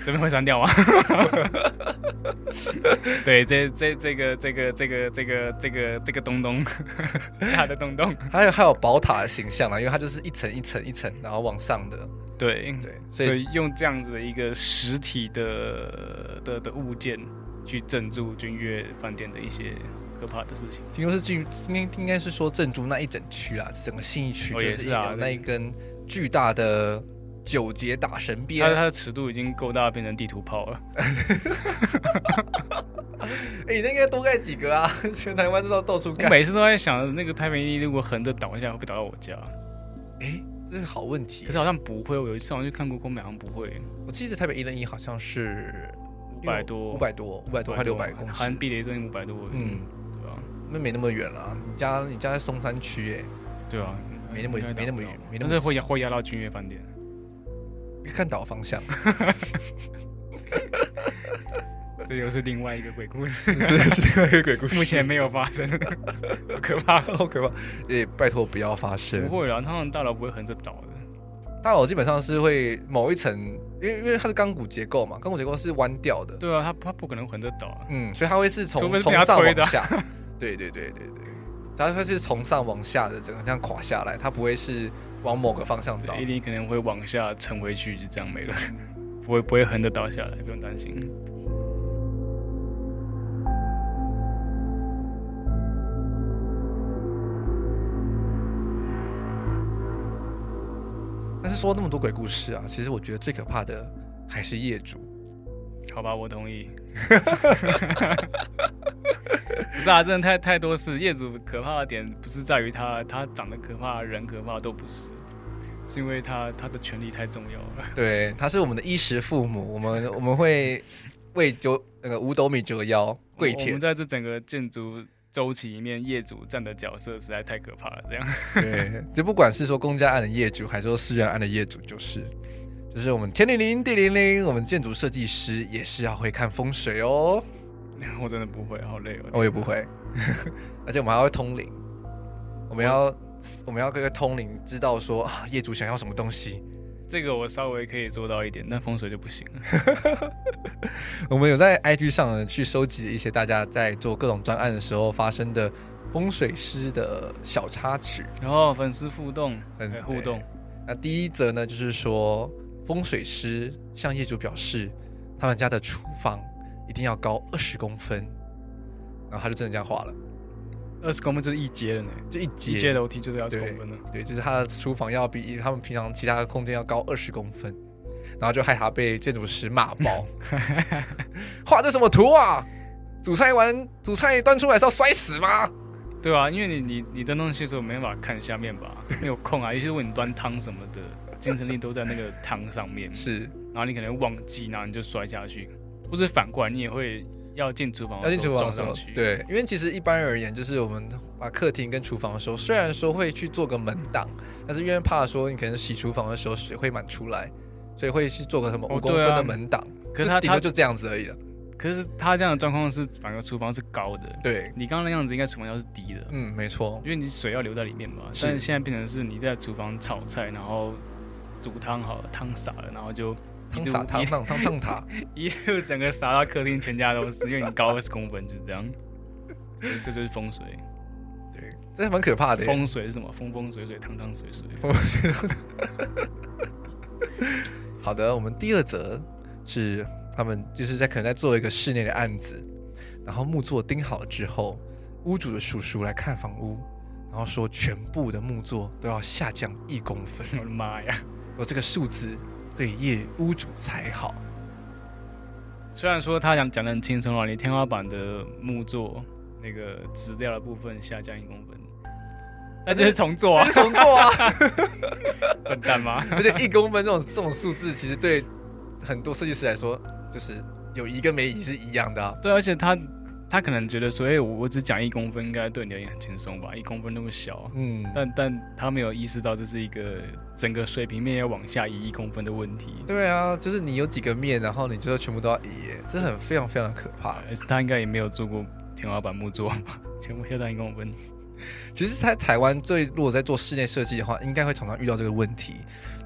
[SPEAKER 2] 这边会删掉吗？ 对，这这这个这个这个这个这个这个东东，大的东东，
[SPEAKER 1] 还有还有宝塔的形象啦，因为它就是一层一层一层，然后往上的，
[SPEAKER 2] 对，
[SPEAKER 1] 对，所
[SPEAKER 2] 所
[SPEAKER 1] 以
[SPEAKER 2] 以用这样子的一个实体的的的物件去镇住君悦饭店的一些可怕的事情。
[SPEAKER 1] 听说是巨，应该应该是说镇住那一整区啦，整个信义区
[SPEAKER 2] 哦
[SPEAKER 1] 就
[SPEAKER 2] 也
[SPEAKER 1] 是
[SPEAKER 2] 是啊
[SPEAKER 1] 有
[SPEAKER 2] 对
[SPEAKER 1] 那一根巨大的九节打神鞭
[SPEAKER 2] 它， 它的尺度已经够大，变成地图炮了。
[SPEAKER 1] 哎、你那应该多盖几个啊， 全台湾都到处盖
[SPEAKER 2] 我。每次都在想，那个太平一如果横着倒一下，会不会倒到我家？
[SPEAKER 1] 哎、这是好问题
[SPEAKER 2] 可。是好像不会。我有一次好像去看过，公美好像不会，
[SPEAKER 1] 我记得台北一零一好像是
[SPEAKER 2] 五百多，
[SPEAKER 1] 五百多，五百多快六百公
[SPEAKER 2] 含
[SPEAKER 1] 尺，
[SPEAKER 2] 避雷针五百多，
[SPEAKER 1] 嗯
[SPEAKER 2] 嗯，对吧？
[SPEAKER 1] 那没那么远了。啊你家你家在松山区 耶，
[SPEAKER 2] 对啊，
[SPEAKER 1] 没那么
[SPEAKER 2] 应该
[SPEAKER 1] 没那么
[SPEAKER 2] 达不到
[SPEAKER 1] 远没那么
[SPEAKER 2] 但是会压会压到君悦饭店。
[SPEAKER 1] 看岛方向，
[SPEAKER 2] 这又是另外一个鬼 故事，
[SPEAKER 1] 真的是另外一个鬼故
[SPEAKER 2] 目前没有发生，好可怕。
[SPEAKER 1] 好 可怕！也拜托不要发生
[SPEAKER 2] 不。会啦，他们大楼不会横着倒的。
[SPEAKER 1] 大楼基本上是会某一层，因为因为它是钢骨结构嘛，钢骨结构是弯掉的，
[SPEAKER 2] 对啊，他他不可能横着倒啊。
[SPEAKER 1] 嗯，所以它会是
[SPEAKER 2] 除
[SPEAKER 1] 从
[SPEAKER 2] 非是
[SPEAKER 1] 从
[SPEAKER 2] 被它
[SPEAKER 1] 上
[SPEAKER 2] 推的
[SPEAKER 1] 往下，对对对对对，它会是从上往下的整个这样垮下来，它不会是往某个方向倒
[SPEAKER 2] 对，一。定可能会往下沉回去，就这样没了，不会不会横着倒下来，不用担心。
[SPEAKER 1] 说那么多鬼故事啊，其实我觉得最可怕的还是业主。
[SPEAKER 2] 好吧，我同意。 不是啊，真的太太多事。业主可怕的点不是在于他他长得可怕，人可怕都不是，是因为他他的权利太重要了。
[SPEAKER 1] 对，他是我们的衣食父母，我们我们会为九那个五斗米折腰，跪
[SPEAKER 2] 我
[SPEAKER 1] 舔
[SPEAKER 2] 们。在这整个建筑周期里面，业主占的角色实在太可怕了。这样
[SPEAKER 1] 对， 就不管是说公家案的业主，还是说私人案的业主，就是就是我们天灵灵地灵灵，我们建筑设计师也是要会看风水哦。
[SPEAKER 2] 我真的不会，好累哦。
[SPEAKER 1] 我也不会， 而且我们还会通灵，我们要我们要各个通灵知道说啊业主想要什么东西。
[SPEAKER 2] 这个我稍微可以做到一点，但风水就不行了。
[SPEAKER 1] 我们有在 IG 上呢去收集一些大家在做各种专案的时候发生的风水师的小插曲。
[SPEAKER 2] 然后粉丝互动，
[SPEAKER 1] 粉丝
[SPEAKER 2] 哎互动，
[SPEAKER 1] 那第一则呢，就是说风水师向业主表示，他们家的厨房一定要高二十公分，然后他就真的这样画了，
[SPEAKER 2] 二十公分就是一阶了呢，
[SPEAKER 1] 就一
[SPEAKER 2] 一阶楼梯就是要十
[SPEAKER 1] 对
[SPEAKER 2] 公分了。
[SPEAKER 1] 对，就是他的厨房要比他们平常其他的空间要高二十公分，然后就害他被建筑师骂爆，画这什么图啊？煮菜完煮菜端出来是要摔死吗？
[SPEAKER 2] 对啊，因为你你你端东西的时候没办法看下面吧，没有空啊。尤其是如果你端汤什么的，精神力都在那个汤上面，
[SPEAKER 1] 是，
[SPEAKER 2] 然后你可能忘记，然后你就摔下去，或者反过来你也会要进厨房，
[SPEAKER 1] 要进厨房
[SPEAKER 2] 哦撞
[SPEAKER 1] 的时候
[SPEAKER 2] 上去。，
[SPEAKER 1] 对，因为其实一般而言，就是我们把客厅跟厨房的时候，虽然说会去做个门挡，但是因为怕说你可能洗厨房的时候水会满出来，所以会去做个什么
[SPEAKER 2] 哦
[SPEAKER 1] 五公
[SPEAKER 2] 对
[SPEAKER 1] 分
[SPEAKER 2] 啊
[SPEAKER 1] 的门挡，
[SPEAKER 2] 可是
[SPEAKER 1] 就
[SPEAKER 2] 他
[SPEAKER 1] 顶多
[SPEAKER 2] 他
[SPEAKER 1] 就这样子而已了。
[SPEAKER 2] 可是他这样的状况是，反而厨房是高的，
[SPEAKER 1] 对，
[SPEAKER 2] 你刚刚那样子应该厨房要是低的，
[SPEAKER 1] 嗯，没错，
[SPEAKER 2] 因为你水要留在里面嘛。
[SPEAKER 1] 是
[SPEAKER 2] 但是现在变成是你在厨房炒菜，然后煮汤好了，汤洒了，然后就一
[SPEAKER 1] 汤
[SPEAKER 2] 路
[SPEAKER 1] 洒汤烫汤烫塔，
[SPEAKER 2] 一路整个洒到客厅，全家都是，因为你高二十公分就是这样。 所以这就是风水，
[SPEAKER 1] 对，这还蛮可怕的耶。
[SPEAKER 2] 风水是什么？风风水水，汤汤水 水。
[SPEAKER 1] 我觉得。 好的，我们第二则是他们就是在可能在做一个室内的案子，然后木座钉好了之后，屋主的叔叔来看房屋，然后说全部的木座都要下降一公分，
[SPEAKER 2] 我的妈呀！
[SPEAKER 1] 我这个数字对业屋主才好。
[SPEAKER 2] 虽然说他讲讲的很轻松啊，你天花板的木座那个直掉的部分下降一公分，那就是重做
[SPEAKER 1] 我
[SPEAKER 2] 啊
[SPEAKER 1] 就，重做啊！
[SPEAKER 2] 笨蛋吗？
[SPEAKER 1] 而且一公分这种这种数字，其实对很多设计师来说，就是有一跟没一是一样的、啊。
[SPEAKER 2] 对，而且他他可能觉得说，哎、我我只讲一公分，应该对你而言很轻松吧？一公分那么小啊，
[SPEAKER 1] 嗯，
[SPEAKER 2] 但但他没有意识到这是一个整个水平面要往下移一公分的问题。
[SPEAKER 1] 对啊，就是你有几个面，然后你就全部都要移耶，这很非常非常可怕。
[SPEAKER 2] 而且他应该也没有做过天花板木座吧，全部下降一公分。
[SPEAKER 1] 其实，在台湾最如果在做室内设计的话，应该会常常遇到这个问题，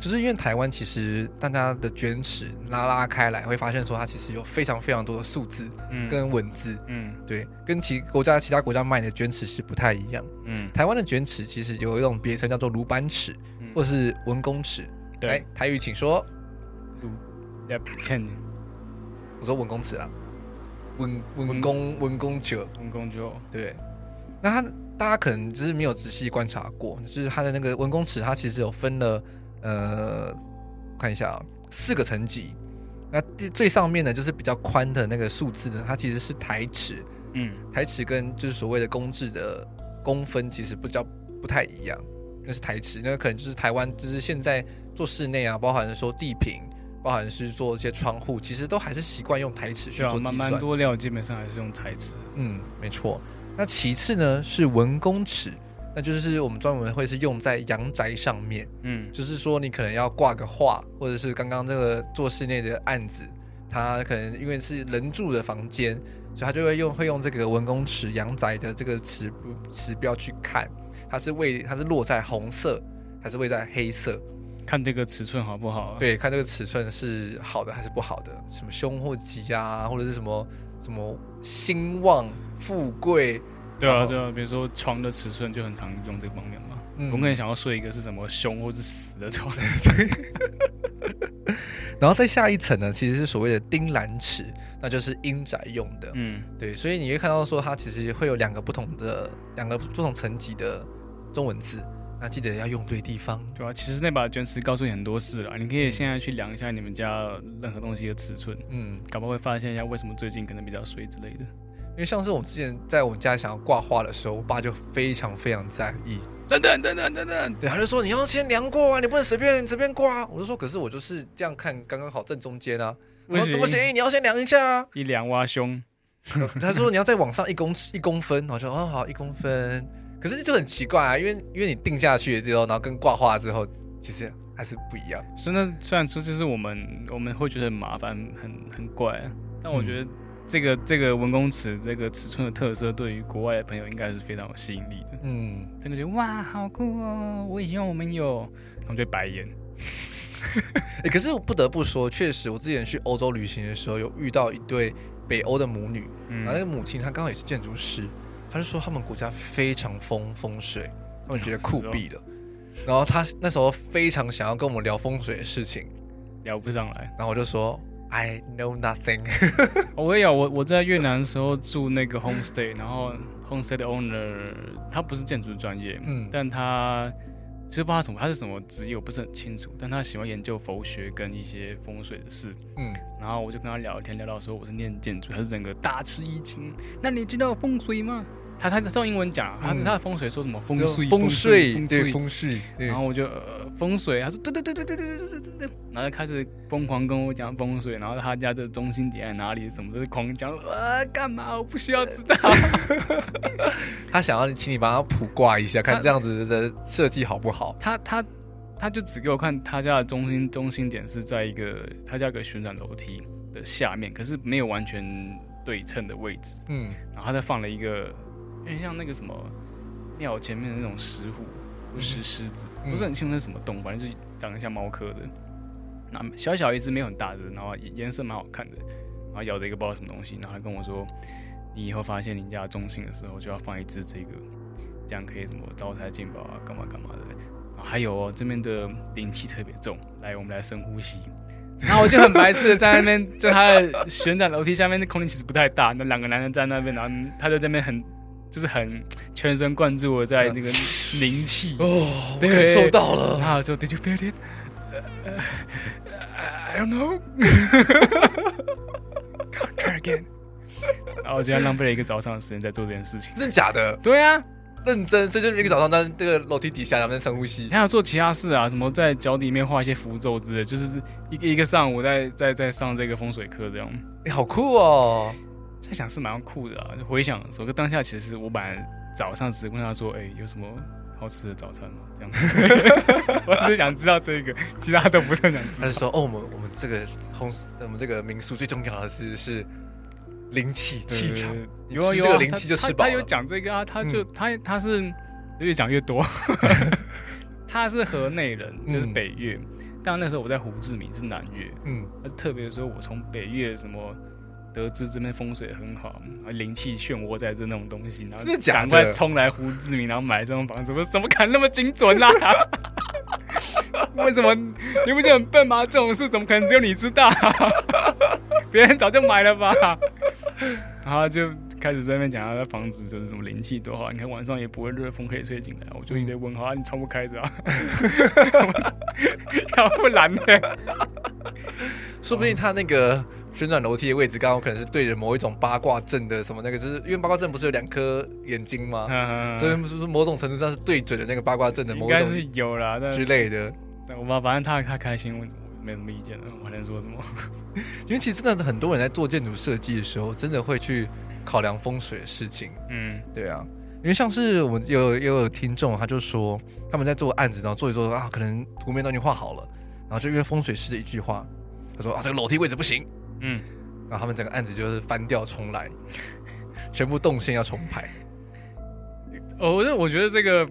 [SPEAKER 1] 就是因为台湾其实大家的卷尺拉拉开来，会发现说它其实有非常非常多的数字
[SPEAKER 2] 嗯
[SPEAKER 1] 跟文字，
[SPEAKER 2] 嗯
[SPEAKER 1] 对，跟其国家其他国家卖的卷尺是不太一样。
[SPEAKER 2] 嗯，
[SPEAKER 1] 台湾的卷尺其实有一种别称叫做鲁班尺
[SPEAKER 2] 嗯
[SPEAKER 1] 或是文公尺。来
[SPEAKER 2] 对，
[SPEAKER 1] 台语请说，
[SPEAKER 2] 要哎欠
[SPEAKER 1] 我说文公尺啦，文文公文公尺。
[SPEAKER 2] 文工就
[SPEAKER 1] 对，那它大家可能就是没有仔细观察过，就是它的那个文公尺，它其实有分了，呃，看一下啊，四个层级。那第最上面呢，就是比较宽的那个数字呢，它其实是台尺，
[SPEAKER 2] 嗯。
[SPEAKER 1] 台尺跟就是所谓的公制的公分其实不叫不太一样，那是台尺，那可能就是台湾就是现在做室内啊，包含说地坪，包含是做一些窗户，其实都还是习惯用台尺去
[SPEAKER 2] 对啊，
[SPEAKER 1] 做计
[SPEAKER 2] 蛮
[SPEAKER 1] 算。
[SPEAKER 2] 蛮多料基本上还是用材质。
[SPEAKER 1] 嗯，没错。那其次呢是文公尺，那就是我们专门会是用在阳宅上面，
[SPEAKER 2] 嗯，
[SPEAKER 1] 就是说你可能要挂个画，或者是刚刚这个做室内的案子，它可能因为是人住的房间，所以它就会用会用这个文公尺阳宅的这个尺尺标去看，它是位它是落在红色还是位在黑色？
[SPEAKER 2] 看这个尺寸好不好、啊？，
[SPEAKER 1] 对，看这个尺寸是好的还是不好的，什么胸或脊啊，或者是什么什么兴旺富贵。
[SPEAKER 2] 对
[SPEAKER 1] 然
[SPEAKER 2] 啊，
[SPEAKER 1] 后
[SPEAKER 2] 对啊，比如说床的尺寸就很常用这个方面嘛。
[SPEAKER 1] 嗯
[SPEAKER 2] 我们可能想要睡一个是什么胸或是死的床，
[SPEAKER 1] 然后再下一层呢，其实是所谓的丁兰尺，那就是阴宅用的。
[SPEAKER 2] 嗯，
[SPEAKER 1] 对，所以你会看到说它其实会有两个不同的两个不同层级的中文字，那记得要用对地方。
[SPEAKER 2] 对啊，其实那把卷尺告诉你很多事了，你可以现在去量一下你们家任何东西的尺寸，
[SPEAKER 1] 嗯，
[SPEAKER 2] 搞不好会发现一下为什么最近可能比较衰之类的。
[SPEAKER 1] 因为上次我们之前在我们家想要挂画的时候，我爸就非常非常在意，
[SPEAKER 2] 等等等等等等，
[SPEAKER 1] 对，他就说你要先量过啊，你不能随便随便挂啊。我就说可是我就是这样看，刚刚好正中间啊。我说怎么行？你要先量一下啊。
[SPEAKER 2] 一量挖胸，
[SPEAKER 1] 他说你要再往上一公尺一公分，我说哦好一公分。可是就很奇怪啊，因为因为你定下去之后，然后跟挂画之后，其实还是不一样。
[SPEAKER 2] 所以那虽然说就是我们我们会觉得很麻烦，很很怪、啊，但我觉得这个、这个文公尺这个尺寸的特色，对于国外的朋友应该是非常有吸引力的。
[SPEAKER 1] 嗯，
[SPEAKER 2] 真的觉得哇，好酷哦！我也希望我们有，他们就会白眼。
[SPEAKER 1] 欸可是我不得不说，确实我之前去欧洲旅行的时候，有遇到一对北欧的母女，
[SPEAKER 2] 嗯
[SPEAKER 1] 然后那个母亲她刚好也是建筑师，她就说他们国家非常风风水，他们觉得酷毙了。
[SPEAKER 2] 哦
[SPEAKER 1] 然后她那时候非常想要跟我们聊风水的事情，
[SPEAKER 2] 聊不上来。
[SPEAKER 1] 然后我就说 I know nothing。
[SPEAKER 2] 哦我也有，我我在越南的时候住那个 homestay，然后 homestay 的 owner 他不是建筑专业，
[SPEAKER 1] 嗯
[SPEAKER 2] 但他其实不知道他什么，他是什么职业我不是很清楚，但他喜欢研究佛学跟一些风水的事。
[SPEAKER 1] 嗯，
[SPEAKER 2] 然后我就跟他聊天，聊到说我是念建筑，他是整个大吃一惊。那你知道风水吗？他他他用英文讲啊，他
[SPEAKER 1] 嗯
[SPEAKER 2] 他的风水说什么风
[SPEAKER 1] 就
[SPEAKER 2] 水
[SPEAKER 1] 风
[SPEAKER 2] 风
[SPEAKER 1] 对
[SPEAKER 2] 水
[SPEAKER 1] 风水，对
[SPEAKER 2] 然后我就、呃、风水，他说对对对对对对对对对对，然后就开始疯狂跟我讲风水，然后他家的中心点在哪里，什么都是狂讲，呃，干嘛？我不需要知道。
[SPEAKER 1] 他想要你请你帮他卜卦一下，看这样子的设计好不好。
[SPEAKER 2] 他他他就只给我看他家的中心中心点是在一个他家有个旋转楼梯的下面，可是没有完全对称的位置，
[SPEAKER 1] 嗯，
[SPEAKER 2] 然后他再放了一个有点像那个什么庙前面的那种石虎或石狮子，
[SPEAKER 1] 嗯
[SPEAKER 2] 不是很清楚那是什么动物，反正就是长得像猫科的。那小小一只，没有很大只，然后颜颜色蛮好看的，然后咬着一个不知道什么东西，然后他跟我说，你以后发现你家中心的时候就要放一只这个，这样可以什么招财进宝啊，干嘛干嘛的。然后还有哦，这边的灵气特别重，来，我们来深 呼吸。然后我就很白痴的在那边，在他的旋转楼梯下面，那空间其实不太大，那两个男人站在那边，然后他就在那边很，就是很全神贯注的在那个灵气。
[SPEAKER 1] 哦，我
[SPEAKER 2] 对
[SPEAKER 1] 感受到了。
[SPEAKER 2] 然后就 Did you feel it？呃呃呃 I don't know. Come try again. 然后我觉得浪费了一个早上的时间在做这件事情。
[SPEAKER 1] 真的假的？
[SPEAKER 2] 对啊，
[SPEAKER 1] 认真，所以就是一个早上在这个楼梯底下，然后在深呼吸
[SPEAKER 2] 你。还有做其他事啊，什么在脚底面画一些符咒之类，就是一个一个上午在在在上这个风水课这样。
[SPEAKER 1] 你哎好酷哦！
[SPEAKER 2] 在想是蛮酷的啊，就回想的时候，可当下其实我本来早上只是问他说，哎、有什么好吃的早餐吗？这样子， 我只是想知道这个，其他都不是很想知
[SPEAKER 1] 他
[SPEAKER 2] 道
[SPEAKER 1] 就。说：“哦，我们我们这个红，我们这个民宿最重要的是是灵气
[SPEAKER 2] 对
[SPEAKER 1] 气场
[SPEAKER 2] 对。
[SPEAKER 1] 你
[SPEAKER 2] 有啊
[SPEAKER 1] 吃
[SPEAKER 2] 有
[SPEAKER 1] 这
[SPEAKER 2] 啊
[SPEAKER 1] 个灵
[SPEAKER 2] 他
[SPEAKER 1] 气就
[SPEAKER 2] 他
[SPEAKER 1] 吃饱
[SPEAKER 2] 他有
[SPEAKER 1] 了。嗯
[SPEAKER 2] 讲这个啊，他就、他他是越讲越 多。他是河内人，就是
[SPEAKER 1] 嗯
[SPEAKER 2] 北越，但那时候我在胡志明是南越，
[SPEAKER 1] 嗯，
[SPEAKER 2] 他特别说我从北越什么。得知这边风水很好，然后灵气漩涡在这那种东西，然后
[SPEAKER 1] 真的假的
[SPEAKER 2] 赶快冲来胡志明，然后买这种房子，我怎么敢那么精准啦、 为什么你不觉得很笨吗？这种事怎么可能只有你知道、 别人早就买了吧？然后就开始在那边讲他的房子就是什么灵气多好，你看晚上也不会热风可以吹进来，我就一堆问号，啊、你窗户开着啊， 要不然呢？
[SPEAKER 1] 说不定他那个旋转楼梯的位置刚好可能是对着某一种八卦阵的什么那个，就是因为八卦阵不是有两颗眼睛吗？
[SPEAKER 2] 嗯
[SPEAKER 1] 所以是不是某种程度上是对准的那个八卦阵的
[SPEAKER 2] 应
[SPEAKER 1] 某
[SPEAKER 2] 该
[SPEAKER 1] 种
[SPEAKER 2] 是有啦，但
[SPEAKER 1] 之类的。
[SPEAKER 2] 但我爸反正他他开心，我我没什么意见了，我还能说什么？
[SPEAKER 1] 因为其实真的很多人在做建筑设计的时候，真的会去考量风水的事情。
[SPEAKER 2] 嗯，
[SPEAKER 1] 对啊，因为像是我们有也有听众，他就说他们在做案子，然后做一做啊，可能图面都已经画好了，然后就因为风水师的一句话，他说啊这个楼梯位置不行，
[SPEAKER 2] 嗯，
[SPEAKER 1] 然后他们整个案子就是翻掉重来，全部动线要重排。
[SPEAKER 2] 哦，我我觉得这个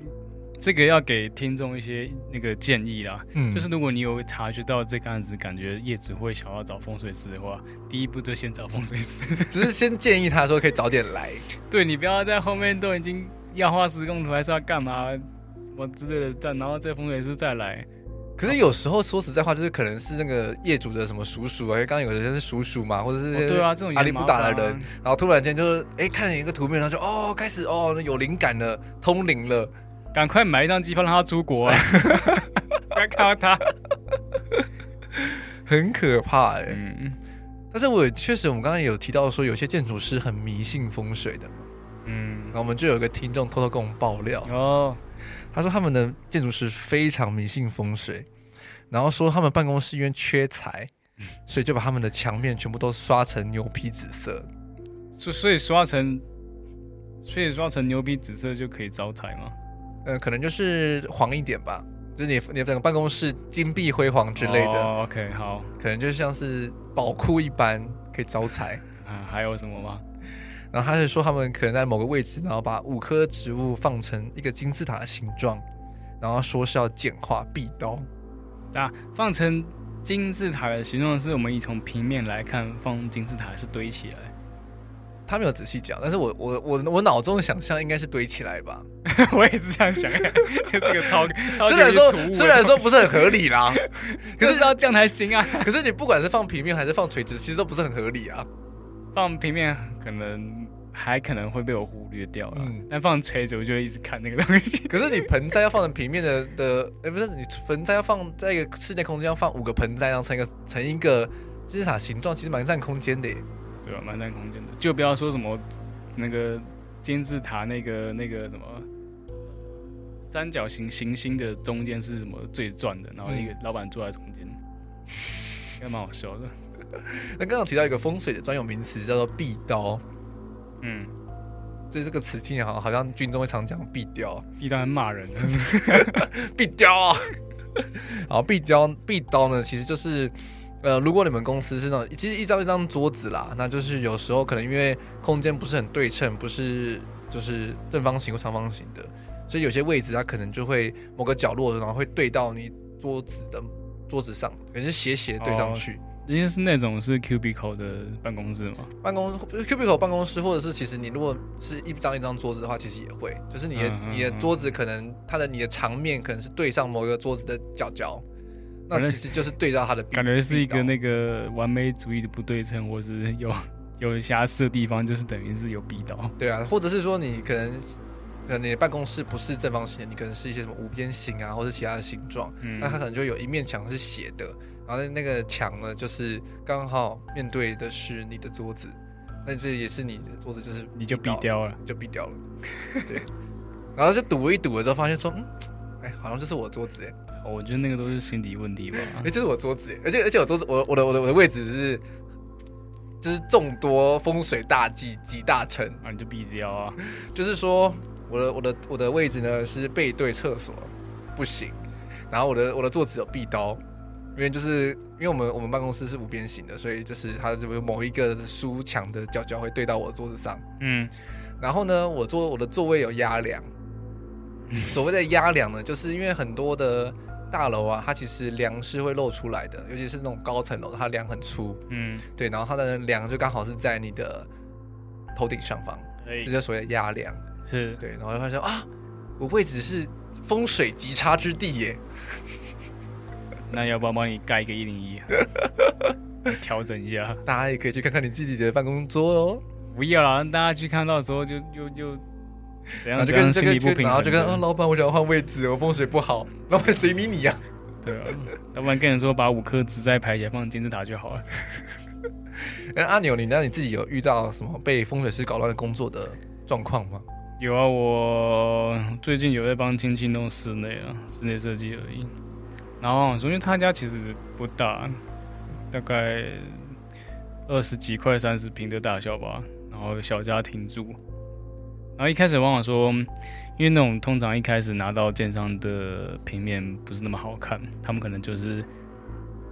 [SPEAKER 2] 这个要给听众一些那个建议啦，
[SPEAKER 1] 嗯
[SPEAKER 2] 就是如果你有察觉到这个案子，感觉业主会想要找风水师的话，第一步就先找风水师。
[SPEAKER 1] 只是先建议他说可以早点来，
[SPEAKER 2] 对你不要在后面都已经要画施工图，还是要干嘛什么之类的，再然后这风水师再来。
[SPEAKER 1] 可是有时候说实在话，就是可能是那个业主的什么叔叔啊，因为刚刚有的人是叔叔嘛，或者是、
[SPEAKER 2] 哦对啊，这种也
[SPEAKER 1] 阿里
[SPEAKER 2] 很
[SPEAKER 1] 不
[SPEAKER 2] 麻
[SPEAKER 1] 达
[SPEAKER 2] 烦
[SPEAKER 1] 的
[SPEAKER 2] 啊
[SPEAKER 1] 人，然后突然间就是哎、看了一个图片，然后就哦开始哦有灵感了，通灵了，
[SPEAKER 2] 赶快买一张机票让他出 国啊！不要看到他，
[SPEAKER 1] 很可怕哎、
[SPEAKER 2] 嗯
[SPEAKER 1] 但是我也确实，我们刚刚也有提到说，有些建筑师很迷信风水的嘛。
[SPEAKER 2] 嗯
[SPEAKER 1] 然，后我们就有一个听众偷偷跟我们爆料，
[SPEAKER 2] 哦，
[SPEAKER 1] 他说他们的建筑师非常迷信风水，然后说他们办公室因为缺财，所以就把他们的墙面全部都刷成牛皮紫色。
[SPEAKER 2] 所所以刷成，所以刷成牛逼紫色就可以招财吗？
[SPEAKER 1] 嗯、可能就是黄一点吧，就是你你整个办公室金碧辉煌之类的，
[SPEAKER 2] 哦、OK，好
[SPEAKER 1] 可能就像是宝库一般可以招财。
[SPEAKER 2] 啊，还有什么吗？
[SPEAKER 1] 然后他就说他们可能在某个位置，然后把五棵植物放成一个金字塔的形状，然后说是要简化壁刀。
[SPEAKER 2] 啊，放成金字塔的形状是我们以从平面来看，放金字塔是堆起 来。
[SPEAKER 1] 他没有仔细讲，但是我我我我脑中的想象应该是堆起来吧。
[SPEAKER 2] 我也是这样想，这是个超超级
[SPEAKER 1] 虽然说
[SPEAKER 2] 突兀的
[SPEAKER 1] 虽然说
[SPEAKER 2] 东
[SPEAKER 1] 不是 很合理啦，
[SPEAKER 2] 西，
[SPEAKER 1] 可
[SPEAKER 2] 可
[SPEAKER 1] 是
[SPEAKER 2] 是要这样才行啊。
[SPEAKER 1] 可是你不管是放平面还是放垂直，其实都不是很合理啊。
[SPEAKER 2] 放平面可能还可能会被我忽略掉了，
[SPEAKER 1] 嗯
[SPEAKER 2] 但放垂直我就会一直看那个东西。
[SPEAKER 1] 可是你盆栽要放成平面的的，哎、不是你盆栽要放在一个室内空间，要放五个盆栽，然后成一个成一个金字塔形状，其实蛮占空间的耶。
[SPEAKER 2] 对吧、蛮占空间的。就不要说什么那个金字塔那个那个什么三角形行星的中间是什么最转的，然后一个老板坐在 中间，应该蛮好笑的。
[SPEAKER 1] 那刚刚提到一个风水的专有名词叫做壁刀，
[SPEAKER 2] 嗯，
[SPEAKER 1] 这这个词听起来好像好像军中会常讲壁雕，
[SPEAKER 2] 一般骂人啊的，
[SPEAKER 1] 壁雕啊。 好，壁雕壁刀呢，其实就是。呃，如果你们公司是那种，其实一张一张桌子啦，那就是有时候可能因为空间不是很对称，不是就是正方形或长方形的，所以有些位置它可能就会某个角落，然后会对到你桌子的桌子上，可能是斜斜对上
[SPEAKER 2] 哦
[SPEAKER 1] 去。
[SPEAKER 2] 人家是那种是 cubicle 的办公室嘛，
[SPEAKER 1] 办公 cubicle 办公室，或者是其实你如果是一张一张桌子的话，其实也会，就是你的、
[SPEAKER 2] 嗯嗯
[SPEAKER 1] 你的桌子可能它的你的长面可能是对上某一个桌子的角角，那
[SPEAKER 2] 反正
[SPEAKER 1] 其实就是对到它的壁
[SPEAKER 2] 感觉是一个
[SPEAKER 1] 壁
[SPEAKER 2] 那个完美主义的不对称，或是有 有瑕疵的地方，就是等于是有逼到
[SPEAKER 1] 刀对啊，或者是说你可能可能你的办公室不是正方形的，你可能是一些什么五边形啊，或是其他的形状，
[SPEAKER 2] 嗯
[SPEAKER 1] 那它可能就有一面墙是斜的，然后那个墙呢就是刚好面对的是你的桌子，那这也是你的桌子，就是
[SPEAKER 2] 你就
[SPEAKER 1] 壁
[SPEAKER 2] 逼
[SPEAKER 1] 刀
[SPEAKER 2] 掉了。
[SPEAKER 1] 就毙掉了。对，然后就赌了一赌了之后，发现说，嗯，哎，好像就是我桌子，哎，
[SPEAKER 2] 哦我觉得那个都是心理问 题吧。
[SPEAKER 1] 哎，就是我桌子，哎，而且而且我桌子，我我的我的我的位置是，就是众多风水大忌集大成，
[SPEAKER 2] 啊，你就闭掉啊！
[SPEAKER 1] 就是说我的我的我的位置呢是背对厕所，不行，然后我的我的桌子有壁刀。因为就是因为我们我们办公室是五边形的，所以就是它就有某一个书墙的角角会对到我的桌子上，
[SPEAKER 2] 嗯，
[SPEAKER 1] 然后呢，我坐我的座位有压梁。所谓的压梁呢，就是因为很多的大楼啊，它其实梁是会露出来的，尤其是那种高层楼，它梁很粗，
[SPEAKER 2] 嗯，
[SPEAKER 1] 对，然后它的梁就刚好是在你的头顶上方，
[SPEAKER 2] 可
[SPEAKER 1] 这
[SPEAKER 2] 以
[SPEAKER 1] 就是所谓的压梁。
[SPEAKER 2] 是
[SPEAKER 1] 对，然后就发现啊，我位置是风水极差之地耶，
[SPEAKER 2] 那要不要帮你盖一个一零 一？啊调整一下，
[SPEAKER 1] 大家也可以去看看你自己的办公桌哦。
[SPEAKER 2] 不要啦，让大家去看到时候就就就怎
[SPEAKER 1] 然
[SPEAKER 2] 样
[SPEAKER 1] 后就
[SPEAKER 2] 怎
[SPEAKER 1] 跟
[SPEAKER 2] 样
[SPEAKER 1] 啊这
[SPEAKER 2] 心
[SPEAKER 1] 个，
[SPEAKER 2] 理不
[SPEAKER 1] 就
[SPEAKER 2] 平
[SPEAKER 1] 然后
[SPEAKER 2] 衡
[SPEAKER 1] 就跟啊，
[SPEAKER 2] 的，
[SPEAKER 1] 老板，我想要换位置，我风水不好，老板谁理你呀、
[SPEAKER 2] 对啊，要不然跟人说把五颗纸在排起来放金字塔就好了。
[SPEAKER 1] 那哎阿牛，你那你自己有遇到什么被风水师搞乱的工作的状况吗？
[SPEAKER 2] 有啊，我最近有在帮亲戚弄室内啊，室内设计而已。然后因为他家其实不大，大概二十几块、三十平的大小吧，然后小家庭住。然后一开始往往说，因为那种通常一开始拿到建商的平面不是那么好看，他们可能就是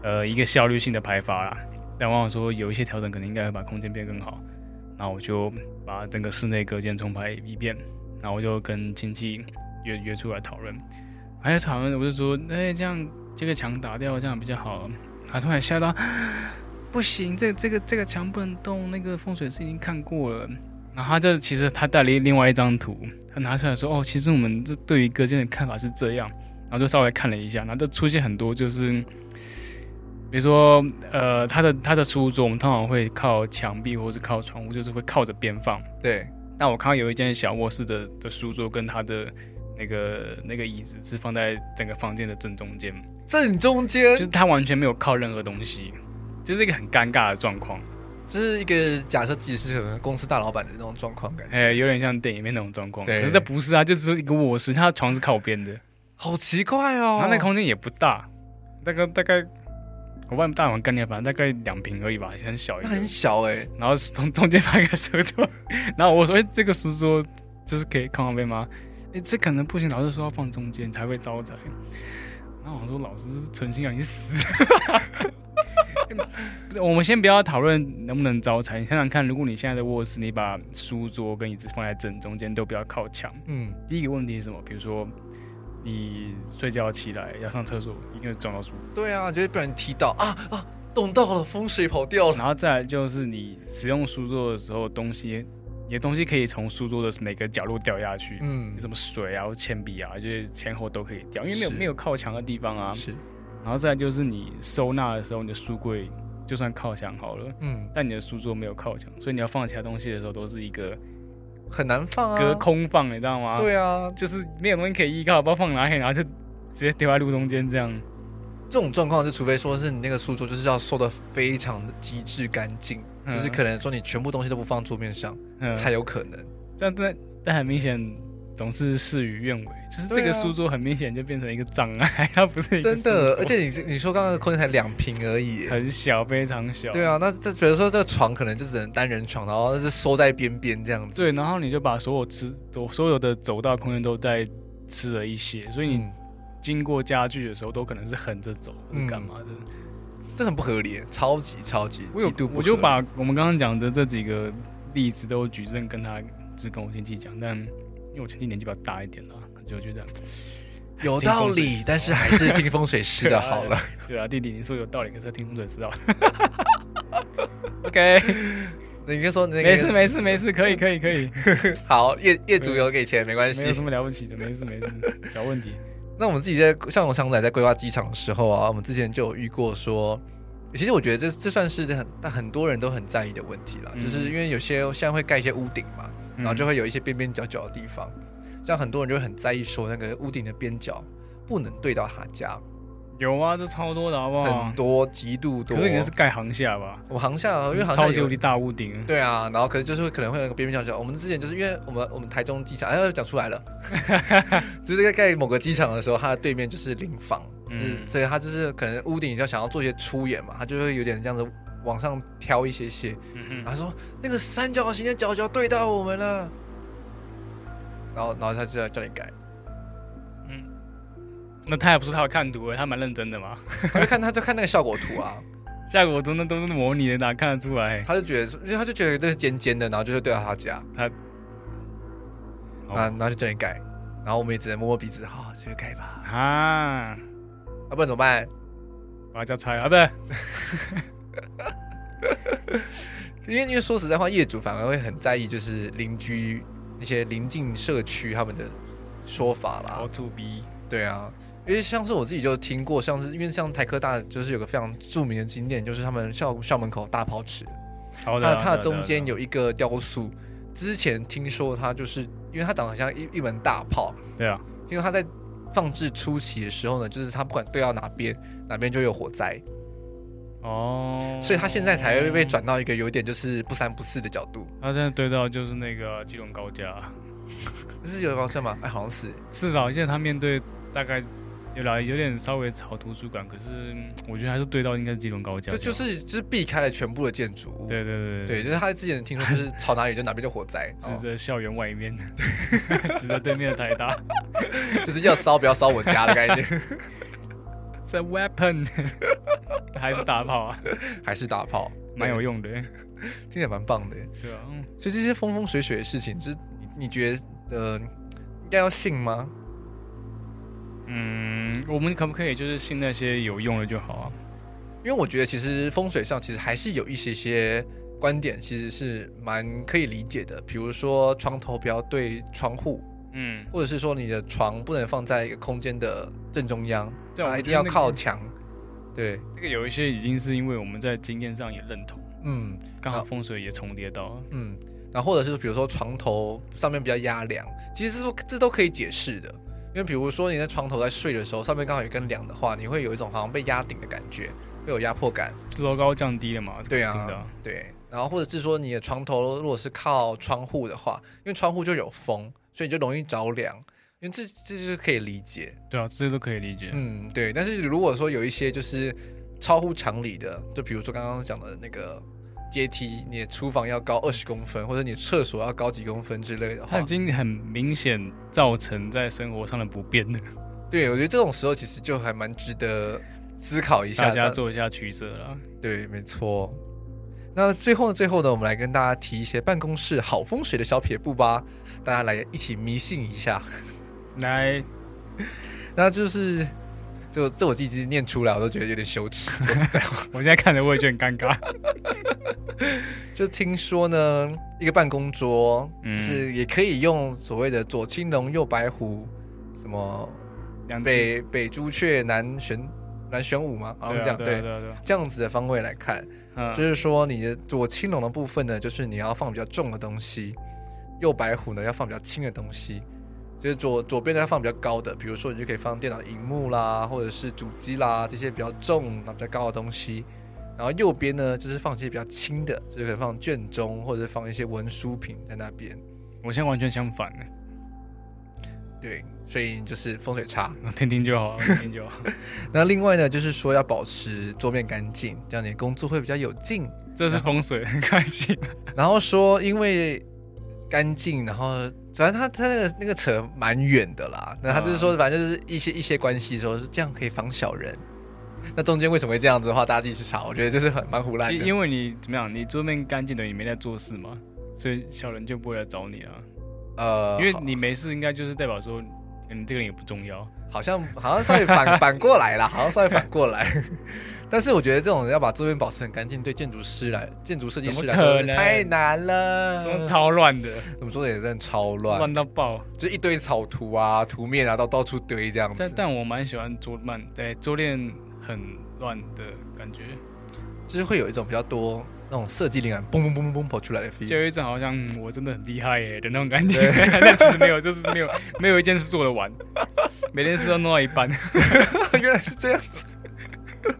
[SPEAKER 2] 呃一个效率性的排法啦。但往往说有一些调整，可能应该会把空间变更好。然后我就把整个室内隔间重排一遍，然后我就跟亲戚约约出来讨论，还在讨论，我就说，哎、这样这个墙打掉，这样比较好。他突然吓到，不行，这这个这个墙不能动，那个风水师已经看过了。然后他就其实他带了另外一张图，他拿出来说，哦，其实我们这对于隔间的看法是这样，然后就稍微看了一下，然后就出现很多就是。比如说，呃，他的他的书桌，我们通常会靠墙壁或是靠窗户，就是会靠着边放。
[SPEAKER 1] 对，
[SPEAKER 2] 那我看到有一间小卧室的的书桌跟它的那个那个椅子是放在整个房间的正中间，
[SPEAKER 1] 正中
[SPEAKER 2] 就
[SPEAKER 1] 间
[SPEAKER 2] 是他完全没有靠任何东西，就是一个很尴尬的状况。
[SPEAKER 1] 这是一个假设自己是什么公司大老板的那种状况感觉，
[SPEAKER 2] 哎、有点像电影里面那种状况，可
[SPEAKER 1] 对
[SPEAKER 2] 是这不是啊，就只是一个卧室，他的床是靠边的，
[SPEAKER 1] 好奇怪哦。
[SPEAKER 2] 然后那空间也不大，大概大概我外面大碗概念，反正大概两平而已吧，很小一
[SPEAKER 1] 那
[SPEAKER 2] 个。
[SPEAKER 1] 很小哎、
[SPEAKER 2] 然后从中间放一个书桌，然后我说：“哎、这个书桌就是可以靠旁边吗？”哎、这可能不行，老师说要放中间才会招财。然后我说：“老师是存心让你死。不是”我们先不要讨论能不能招财，你想想看，如果你现在的卧室，你把书桌跟椅子放在正中间，都不要靠墙。
[SPEAKER 1] 嗯，
[SPEAKER 2] 第一个问题是什么？比如说你睡觉起来要上厕所，一定会撞到书
[SPEAKER 1] 对啊，就是不然踢到啊啊，动到了，风水跑掉了。
[SPEAKER 2] 然后再来就是你使用书桌的时候，东西你的东西可以从书桌的每个角落掉下去，
[SPEAKER 1] 嗯
[SPEAKER 2] 有，什么水啊、或铅笔啊，就是前后都可以掉，因为没有
[SPEAKER 1] 是
[SPEAKER 2] 没有靠墙的地方啊。
[SPEAKER 1] 是，
[SPEAKER 2] 然后再来就是你收纳的时候，你的书柜就算靠墙好了，
[SPEAKER 1] 嗯，
[SPEAKER 2] 但你的书桌没有靠墙，所以你要放其他东西的时候都是一个
[SPEAKER 1] 很难放啊，
[SPEAKER 2] 隔空放，你知道吗？，
[SPEAKER 1] 对啊，
[SPEAKER 2] 就是没有东西可以依靠，不知道放哪里，然后就直接丢在路中间这样。
[SPEAKER 1] 这种状况是，除非说是你那个书桌就是要收的非常的极致干净，
[SPEAKER 2] 嗯
[SPEAKER 1] 就是可能说你全部东西都不放桌面上，
[SPEAKER 2] 嗯，
[SPEAKER 1] 才有可能。
[SPEAKER 2] 但但但很明显总是事与愿违，就是这
[SPEAKER 1] 对啊
[SPEAKER 2] 个书桌很明显就变成一个障碍， 它不是一个
[SPEAKER 1] 真的
[SPEAKER 2] 书，桌
[SPEAKER 1] 而且你你说刚刚的空间才两平而已耶，
[SPEAKER 2] 很小，非常小。
[SPEAKER 1] 对
[SPEAKER 2] 啊，
[SPEAKER 1] 啊，那这比如说这个床可能就只能单人床，然后是收在边边这样子。
[SPEAKER 2] 对，然后你就把所有吃走所有的走道空间都在吃了一些，所以你
[SPEAKER 1] 嗯，
[SPEAKER 2] 经过家具的时候都可能是横着走，
[SPEAKER 1] 嗯
[SPEAKER 2] 是干嘛的？
[SPEAKER 1] 这很不合理耶，超级超级
[SPEAKER 2] 我
[SPEAKER 1] 极
[SPEAKER 2] 有
[SPEAKER 1] 度不合理。
[SPEAKER 2] 我就把我们刚刚讲的这几个例子都举证跟他只跟我亲戚讲，但因为我亲戚年纪比较大一点啦，就觉得还是
[SPEAKER 1] 有
[SPEAKER 2] 听风
[SPEAKER 1] 道
[SPEAKER 2] 水
[SPEAKER 1] 理
[SPEAKER 2] 师，
[SPEAKER 1] 但是还是听风水师 的好了。
[SPEAKER 2] 对啊，弟弟，你说有道理，可是听风水师道。OK，
[SPEAKER 1] 那 你就说那个
[SPEAKER 2] 没事没事没事，可以可以可以，
[SPEAKER 1] 好，业业主有给钱没关
[SPEAKER 2] 没有
[SPEAKER 1] 系
[SPEAKER 2] 什。么了不起的，没事没事，小问题。
[SPEAKER 1] 那我们自己在像我上次还在规划机场的时候啊，我们之前就有遇过说，其实我觉得这这算是很但很多人都很在意的问题啦，
[SPEAKER 2] 嗯
[SPEAKER 1] 就是因为有些现在会盖一些屋顶嘛， 然后就会有一些边边角角的地方，这样很多人就会很在意说那个屋顶的边角不能对到他家，
[SPEAKER 2] 有啊，这超多的好不好
[SPEAKER 1] 很？多极度
[SPEAKER 2] 可
[SPEAKER 1] 多。
[SPEAKER 2] 是你那是盖航厦吧？
[SPEAKER 1] 我航下因为航
[SPEAKER 2] 超
[SPEAKER 1] 下
[SPEAKER 2] 级
[SPEAKER 1] 有
[SPEAKER 2] 无敌大屋顶，
[SPEAKER 1] 对啊，然后可是就是会可能会有一个边边角角。我们之前就是因为我们我们台中机场，哎，讲出来 了，就是在盖某个机场的时候，它的对面就是临房，就是、
[SPEAKER 2] 嗯
[SPEAKER 1] 所以它就是可能屋顶要想要做一些出演嘛，它就会有点这样子往上挑一些些。
[SPEAKER 2] 嗯
[SPEAKER 1] 然后
[SPEAKER 2] 哼，
[SPEAKER 1] 他说那个三角形的角角对到我们了，然后然后他就要叫你改，
[SPEAKER 2] 那他也不是他有看图欸，他蛮认真的嘛。
[SPEAKER 1] 他就看他就看那个效果图啊，
[SPEAKER 2] 效果图那都是模拟的，哪看得出来？
[SPEAKER 1] 他就觉得，因为他就觉得这是尖尖的，然后就是对到他家，
[SPEAKER 2] 好
[SPEAKER 1] 啊，然后就叫你改，然后我们也只能摸摸鼻子，好、就改吧，
[SPEAKER 2] 啊，
[SPEAKER 1] 要、不然怎么办？
[SPEAKER 2] 把它拆了啊，不是？
[SPEAKER 1] 因为因为说实在话，业主反而会很在意，就是邻居那些邻近社区他们的说法啦
[SPEAKER 2] 好。土逼，
[SPEAKER 1] 对啊，因为像是我自己就听过，像是因为像台科大就是有个非常著名的景点，就是他们校校门口大抛池，
[SPEAKER 2] 好的
[SPEAKER 1] 它
[SPEAKER 2] 啊。
[SPEAKER 1] 的它
[SPEAKER 2] 好
[SPEAKER 1] 的
[SPEAKER 2] 啊
[SPEAKER 1] 中间，
[SPEAKER 2] 好
[SPEAKER 1] 有一个雕塑。之前听说它就是因为它长得很像一一门大炮，
[SPEAKER 2] 啊对啊，
[SPEAKER 1] 听说它在放置初期的时候呢，就是它不管对到哪边，哪边就有火灾，
[SPEAKER 2] 哦，
[SPEAKER 1] 所以它现在才会被转到一个有点就是不三不四的角度。
[SPEAKER 2] 他现在对到就是那个基隆高架，
[SPEAKER 1] 是有方向吗？哎，好像是。
[SPEAKER 2] 是吧？我记得他面对大概有啦，有点稍微朝图书馆，可是嗯我觉得还是对到应该是基隆高架这
[SPEAKER 1] 就
[SPEAKER 2] 样，
[SPEAKER 1] 就是就是避开了全部的建筑物。
[SPEAKER 2] 对对对
[SPEAKER 1] 对，就是他之前听说，就是朝哪里就哪边就火灾，
[SPEAKER 2] 指
[SPEAKER 1] 哦
[SPEAKER 2] 着校园外面，指着对 面的 台大，
[SPEAKER 1] 就是要烧不要烧我家的概念，
[SPEAKER 2] 这 weapon 还是大炮啊，
[SPEAKER 1] 还是大炮，
[SPEAKER 2] 蛮有用的，
[SPEAKER 1] 对，听起来蛮棒的。
[SPEAKER 2] 对啊，嗯
[SPEAKER 1] 所以这些风风水水的事情，就是你你觉得呃应该要信吗？
[SPEAKER 2] 嗯，我们可不可以就是信那些有用的就好啊？
[SPEAKER 1] 因为我觉得其实风水上其实还是有一些些观点，其实是蛮可以理解的。比如说床头不要对窗户，
[SPEAKER 2] 嗯，
[SPEAKER 1] 或者是说你的床不能放在一个空间的正中央，
[SPEAKER 2] 对啊
[SPEAKER 1] 啊
[SPEAKER 2] 我
[SPEAKER 1] 一
[SPEAKER 2] 觉
[SPEAKER 1] 定
[SPEAKER 2] 得
[SPEAKER 1] 要
[SPEAKER 2] 那个
[SPEAKER 1] 靠墙。对，
[SPEAKER 2] 这个有一些已经是因为我们在经验上也认同，
[SPEAKER 1] 嗯。
[SPEAKER 2] 刚好
[SPEAKER 1] 啊
[SPEAKER 2] 风水也重叠到啊，
[SPEAKER 1] 嗯，然后或者是比如说床头上面比较压凉，其实这都这都可以解释的。因为比如说你在床头在睡的时候，上面刚好有一根梁的话，你会有一种好像被压顶的感觉，会有压迫感。
[SPEAKER 2] 楼高降低了嘛？这
[SPEAKER 1] 对
[SPEAKER 2] 肯定的
[SPEAKER 1] 啊，对。然后或者是说你的床头如果是靠窗户的话，因为窗户就有风，所以你就容易着凉。因为这这就是可以理解，
[SPEAKER 2] 对啊，这都可以理解。
[SPEAKER 1] 嗯，对。但是如果说有一些就是超乎常理的，就比如说刚刚讲的那个阶梯，你的厨房要高二十公分，或者你厕所要高几公分之类的
[SPEAKER 2] 它
[SPEAKER 1] 话
[SPEAKER 2] 已，经很明显造成在生活上的不便了，
[SPEAKER 1] 对我觉得这种时候其实就还蛮值得思考一下
[SPEAKER 2] 大
[SPEAKER 1] 的。
[SPEAKER 2] 家做一下取舍啦。
[SPEAKER 1] 对，没错。那最后呢，最后呢，我们来跟大家提一些办公室好风水的小撇步吧，大家来一起迷信一下。
[SPEAKER 2] 来，
[SPEAKER 1] 那就是，就这我自己其实念出来，我都觉得有点羞耻。 说实在话
[SPEAKER 2] 我现在看着我也觉得很尴尬。
[SPEAKER 1] 就听说呢，一个办公桌，就
[SPEAKER 2] 嗯
[SPEAKER 1] 是也可以用所谓的左青龙右白虎，什么
[SPEAKER 2] 两倍，
[SPEAKER 1] 北北朱雀南玄南玄武吗？好像
[SPEAKER 2] 对
[SPEAKER 1] 是这
[SPEAKER 2] 啊
[SPEAKER 1] 样，
[SPEAKER 2] 对
[SPEAKER 1] 对，
[SPEAKER 2] 啊对啊对啊
[SPEAKER 1] 这样子的方位来看。
[SPEAKER 2] 嗯，
[SPEAKER 1] 就是说你的左青龙的部分呢，就是你要放比较重的东西；右白虎呢要放比较轻的东西。就是左左边呢要放比较高的，比如说你就可以放电脑荧幕啦，或者是主机啦这些比较重、比较高的东西。然后右边呢就是放一些比较轻的，就是可以放卷宗或者是放一些文书品在那边。
[SPEAKER 2] 嗯我现在完全相反呢，
[SPEAKER 1] 对，所以就是风水差。
[SPEAKER 2] 我听听就好，我听听就好。
[SPEAKER 1] 那另外呢就是说要保持桌面干净，这样你的工作会比较有劲。
[SPEAKER 2] 这是风水，很 开心。
[SPEAKER 1] 然后说因为干净，然后反正他他那个那个扯蛮远的啦。那他就是说，
[SPEAKER 2] 嗯
[SPEAKER 1] 反正就是一些一些关系，说是这样可以防小人。那中间为什么会这样子的话，大家自己去查，我觉得就是很蛮胡乱
[SPEAKER 2] 因
[SPEAKER 1] 的。
[SPEAKER 2] 因为你怎么样，你桌面干净的，你没在做事嘛，所以小人就不会来找你了。
[SPEAKER 1] 呃，
[SPEAKER 2] 因为
[SPEAKER 1] 好
[SPEAKER 2] 你没事，应该就是代表说，嗯，这个人也不重要。
[SPEAKER 1] 好像好像稍微反 反过来啦，好像稍微反过来。 但是我觉得这种要把桌面保持很干净，对建筑师来、建筑设计师来
[SPEAKER 2] 怎么
[SPEAKER 1] 说
[SPEAKER 2] 可能
[SPEAKER 1] 太难了。
[SPEAKER 2] 怎么超乱的，
[SPEAKER 1] 我们说的也真的超呃乱，
[SPEAKER 2] 乱到爆。
[SPEAKER 1] 就一堆草图啊、图面啊，到到处堆这样子
[SPEAKER 2] 但。但我蛮喜欢桌漫，对桌链很乱的感觉，
[SPEAKER 1] 就是会有一种比较多那种设计灵感，嘣嘣嘣嘣嘣跑出来的
[SPEAKER 2] 就
[SPEAKER 1] feel。
[SPEAKER 2] 有一种好像、嗯我真的很厉害耶的那种感觉。 但其实没有，就是没有没有一件事做得完， 每件事都弄到一半。
[SPEAKER 1] 原来是这样子。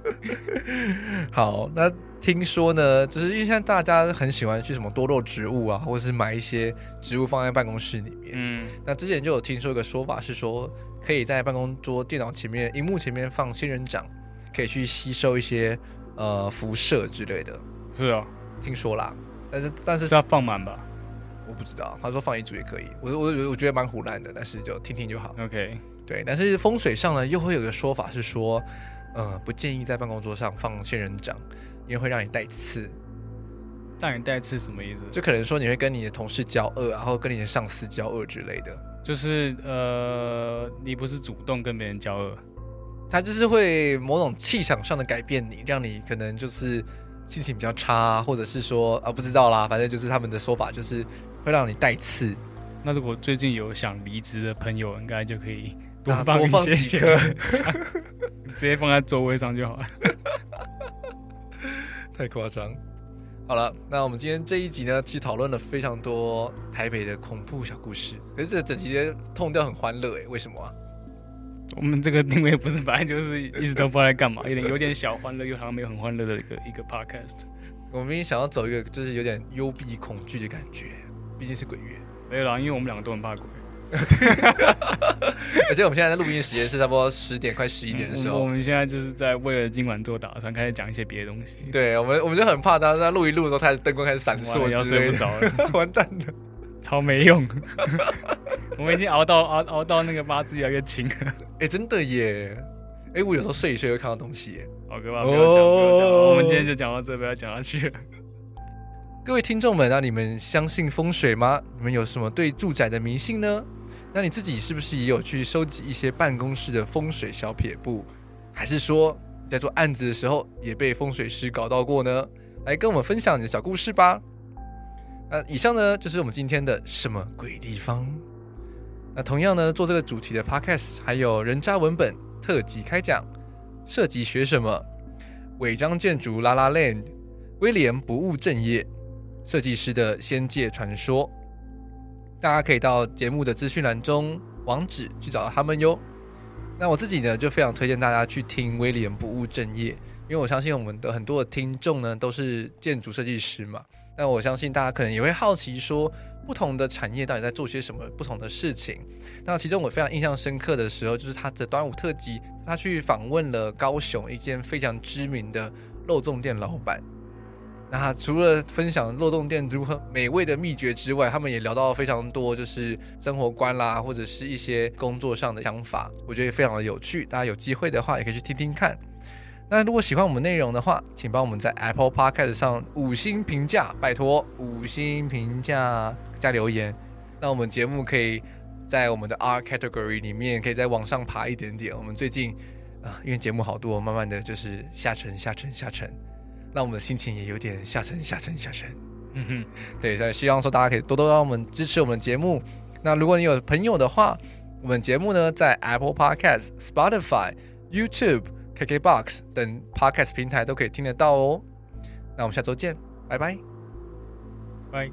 [SPEAKER 1] 好，那听说呢，就是因为现在大家很喜欢去什么多肉植物啊，或者是买一些植物放在办公室里面。
[SPEAKER 2] 嗯，
[SPEAKER 1] 那之前就有听说一个说法是说，可以在办公桌、电脑前面、荧幕前面放仙人掌，可以去吸收一些呃辐射之类的。
[SPEAKER 2] 是哦，
[SPEAKER 1] 听说啦，但是但是
[SPEAKER 2] 是要啊放满吧
[SPEAKER 1] 我不知道，他说放一组也可以，我我我觉得蛮胡乱的，但是就听听就好。
[SPEAKER 2] ？OK，
[SPEAKER 1] 对，但是风水上呢，又会有个说法是说，呃，不建议在办公桌上放仙人掌，因为会让你带刺。
[SPEAKER 2] 大眼带刺什么意思？
[SPEAKER 1] 就可能说你会跟你的同事交恶啊，然后跟你的上司交恶之类的。
[SPEAKER 2] 就是呃，你不是主动跟别人交恶，
[SPEAKER 1] 他就是会某种气场上的改变你，让你可能就是心情比较差啊，或者是说啊不知道啦，反正就是他们的说法就是会让你带刺，
[SPEAKER 2] 那如果最近有想离职的朋友，应该就可以多
[SPEAKER 1] 啊
[SPEAKER 2] 放
[SPEAKER 1] 多
[SPEAKER 2] 一
[SPEAKER 1] 放
[SPEAKER 2] 些
[SPEAKER 1] 几
[SPEAKER 2] 些
[SPEAKER 1] 颗
[SPEAKER 2] 直接放在座位上就好了。
[SPEAKER 1] 太夸张。好了，那我们今天这一集呢，其实讨论了非常多台北的恐怖小故事，可是这整集的痛调很欢乐诶，为什么啊？
[SPEAKER 2] 我们这个定位不是本来 就是一直都不知道在干嘛，有点有点小欢乐，又好像没有很欢乐的一个一个 podcast。
[SPEAKER 1] 我们也想要走一个就是有点幽闭恐惧的感觉，毕竟是鬼月，
[SPEAKER 2] 没有啦，因为我们两个都很怕鬼。
[SPEAKER 1] 而且我们现在在录音时间是差不多十点快十一点的时
[SPEAKER 2] 嗯我们我
[SPEAKER 1] 候。
[SPEAKER 2] 们现在就是哦在为了今晚做打算，开始讲一些别的东西。
[SPEAKER 1] 对我们，我们就很怕大家在录一录的时候，开始灯光开始闪
[SPEAKER 2] 完了要
[SPEAKER 1] 烁之
[SPEAKER 2] 睡
[SPEAKER 1] 类
[SPEAKER 2] 不
[SPEAKER 1] 的，
[SPEAKER 2] 着 了，
[SPEAKER 1] 完蛋了。
[SPEAKER 2] 超没用。 我们已经熬到熬熬到那个八字越来越轻了，
[SPEAKER 1] 哎、真的耶！哎、我有时候睡一睡会看到东西耶。
[SPEAKER 2] 好可怕！不要讲，不要讲。
[SPEAKER 1] 哦
[SPEAKER 2] 我们今天就讲到这，不要讲下去了。
[SPEAKER 1] 各位听众们啊，你们相信风水吗？你们有什么对住宅的迷信呢？那你自己是不是也有去收集一些办公室的风水小撇步？还是说你在做案子的时候也被风水师搞到过呢？来跟我们分享你的小故事吧。那以上呢，就是我们今天的什么鬼地方？那同样呢，做这个主题的 podcast 还有人渣文本特辑开讲，涉及学什么？违章建筑拉拉 land，威廉不务正业，设计师的仙界传说。大家可以到节目的资讯栏中网址去找到他们哟。那我自己呢，就非常推荐大家去听威廉不务正业，因为我相信我们的很多的听众呢都是建筑设计师嘛。那我相信大家可能也会好奇说，不同的产业到底在做些什么不同的事情。那其中我非常印象深刻的时候，就是他的端午特辑，他去访问了高雄一间非常知名的肉粽店老板。那他除了分享肉粽店如何美味的秘诀之外，他们也聊到非常多，就是生活观啦，或者是一些工作上的想法，我觉得非常的有趣。大家有机会的话，也可以去听听看。那如果喜欢我们内容的话，请帮我们在 Apple Podcast 上五星评价，拜托五星评价加留言，让我们节目可以在我们的 R category 里面可以再往上爬一点点。我们最近啊、因为节目好多，慢慢的就是下沉下沉下沉，让我们的心情也有点下沉下沉下沉。
[SPEAKER 2] 嗯哼，
[SPEAKER 1] 对，所以希望说大家可以多多让我们支持我们节目。那如果你有朋友的话，我们节目呢在 Apple Podcast、Spotify、YouTube、KKBox 等 Podcast 平台都可以听得到哦。那我们下周见，拜拜。
[SPEAKER 2] 拜。